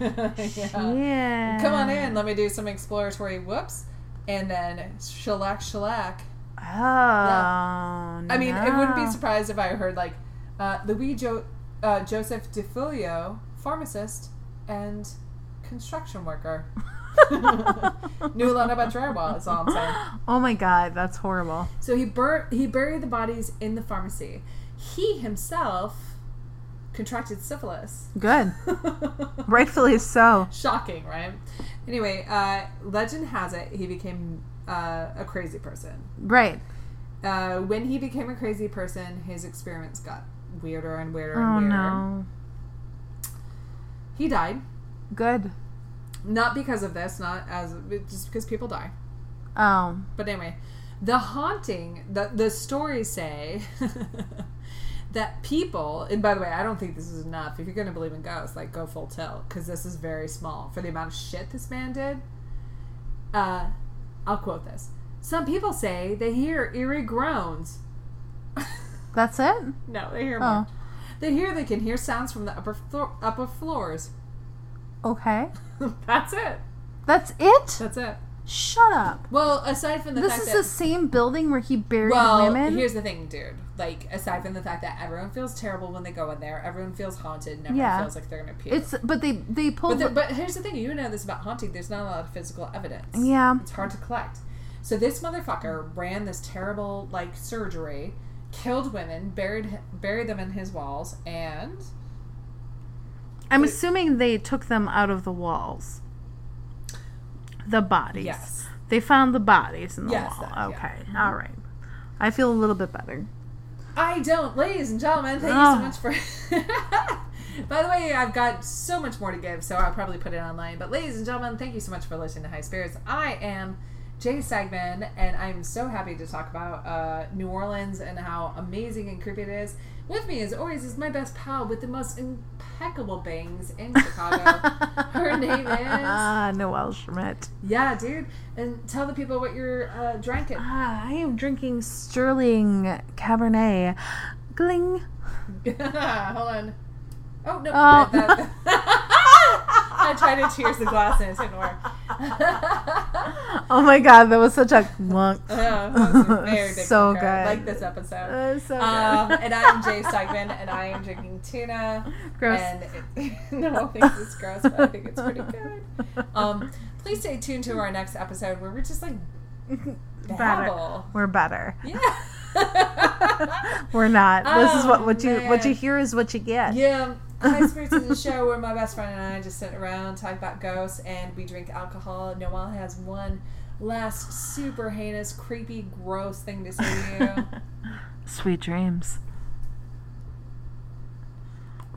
Yeah.
yeah.
Oh. Come on in, let me do some exploratory whoops, and then shellac shellac.
Oh.
I mean, I wouldn't be
no.
surprised if I heard like uh, Louis jo- uh, Joseph DeFilio, pharmacist and construction worker, knew a lot about drywall. Is all I'm saying.
Oh my god, that's horrible.
So he bur- he buried the bodies in the pharmacy. He himself contracted syphilis.
Good. Rightfully so.
Shocking, right? Anyway, uh, legend has it he became uh, a crazy person.
Right.
Uh, when he became a crazy person, his experiments got weirder and weirder and
Oh
weirder.
no.
He died.
Good.
Not because of this, not as just because people die.
Oh.
But anyway, the haunting, the the stories say that people, and by the way, I don't think this is enough. If you're going to believe in ghosts, like go full tilt because this is very small for the amount of shit this man did. Uh, I'll quote this. Some people say they hear eerie groans.
That's it?
No, they hear
Oh.
more. They hear they can hear sounds from the upper floor, upper floors.
Okay.
That's it.
That's it?
That's it.
Shut up.
Well, aside from the
This
fact
is
that
the same building where he buried
Well,
women?
here's the thing, dude. Like, aside from the fact that everyone feels terrible when they go in there, everyone feels haunted, and everyone
Yeah.
feels like they're gonna puke.
It's but they they
but,
pulled
the, but here's the thing: you know this about haunting. There's not a lot of physical evidence.
Yeah.
it's hard to collect. So this motherfucker ran this terrible like surgery, killed women, buried buried them in his walls, and
I'm assuming they took them out of the walls. The bodies.
yes,
They found the bodies in the
Yes,
wall.
that- yeah.
okay. All right. I feel a little bit better.
I don't, ladies and gentlemen. Thank
Oh.
you so much for. By the way, I've got so much more to give, so I'll probably put it online. But, ladies and gentlemen, thank you so much for listening to High Spirits. I am Jay Segman, and I'm so happy to talk about uh, New Orleans and how amazing and creepy it is. With me, as always, is my best pal with the most impeccable bangs in Chicago. Her name is
Noelle Ah, Schmidt.
yeah, dude. And tell the people what you're uh, drinking.
Ah, I am drinking Sterling Cabernet. Gling.
Hold on. Oh no!
Oh.
that- that- I tried to cheers the glass and it didn't work.
Oh my god, that was such a monk.
Oh, that was very big
So
fucker. I
good.
Like this episode.
so
Um,
good.
and I'm Jay Steigman, and I am drinking tuna.
Gross.
And it, no one thinks it's gross, but I think it's pretty good. Um, please stay tuned to our next episode where we're just like babble.
We're better.
Yeah.
We're not. this is
Oh,
what what you what you
man.
hear is what you get.
yeah. High Spirits is a show where my best friend and I just sit around, talk about ghosts, and we drink alcohol. Noel has one last super heinous, creepy, gross thing to say to you.
Sweet dreams.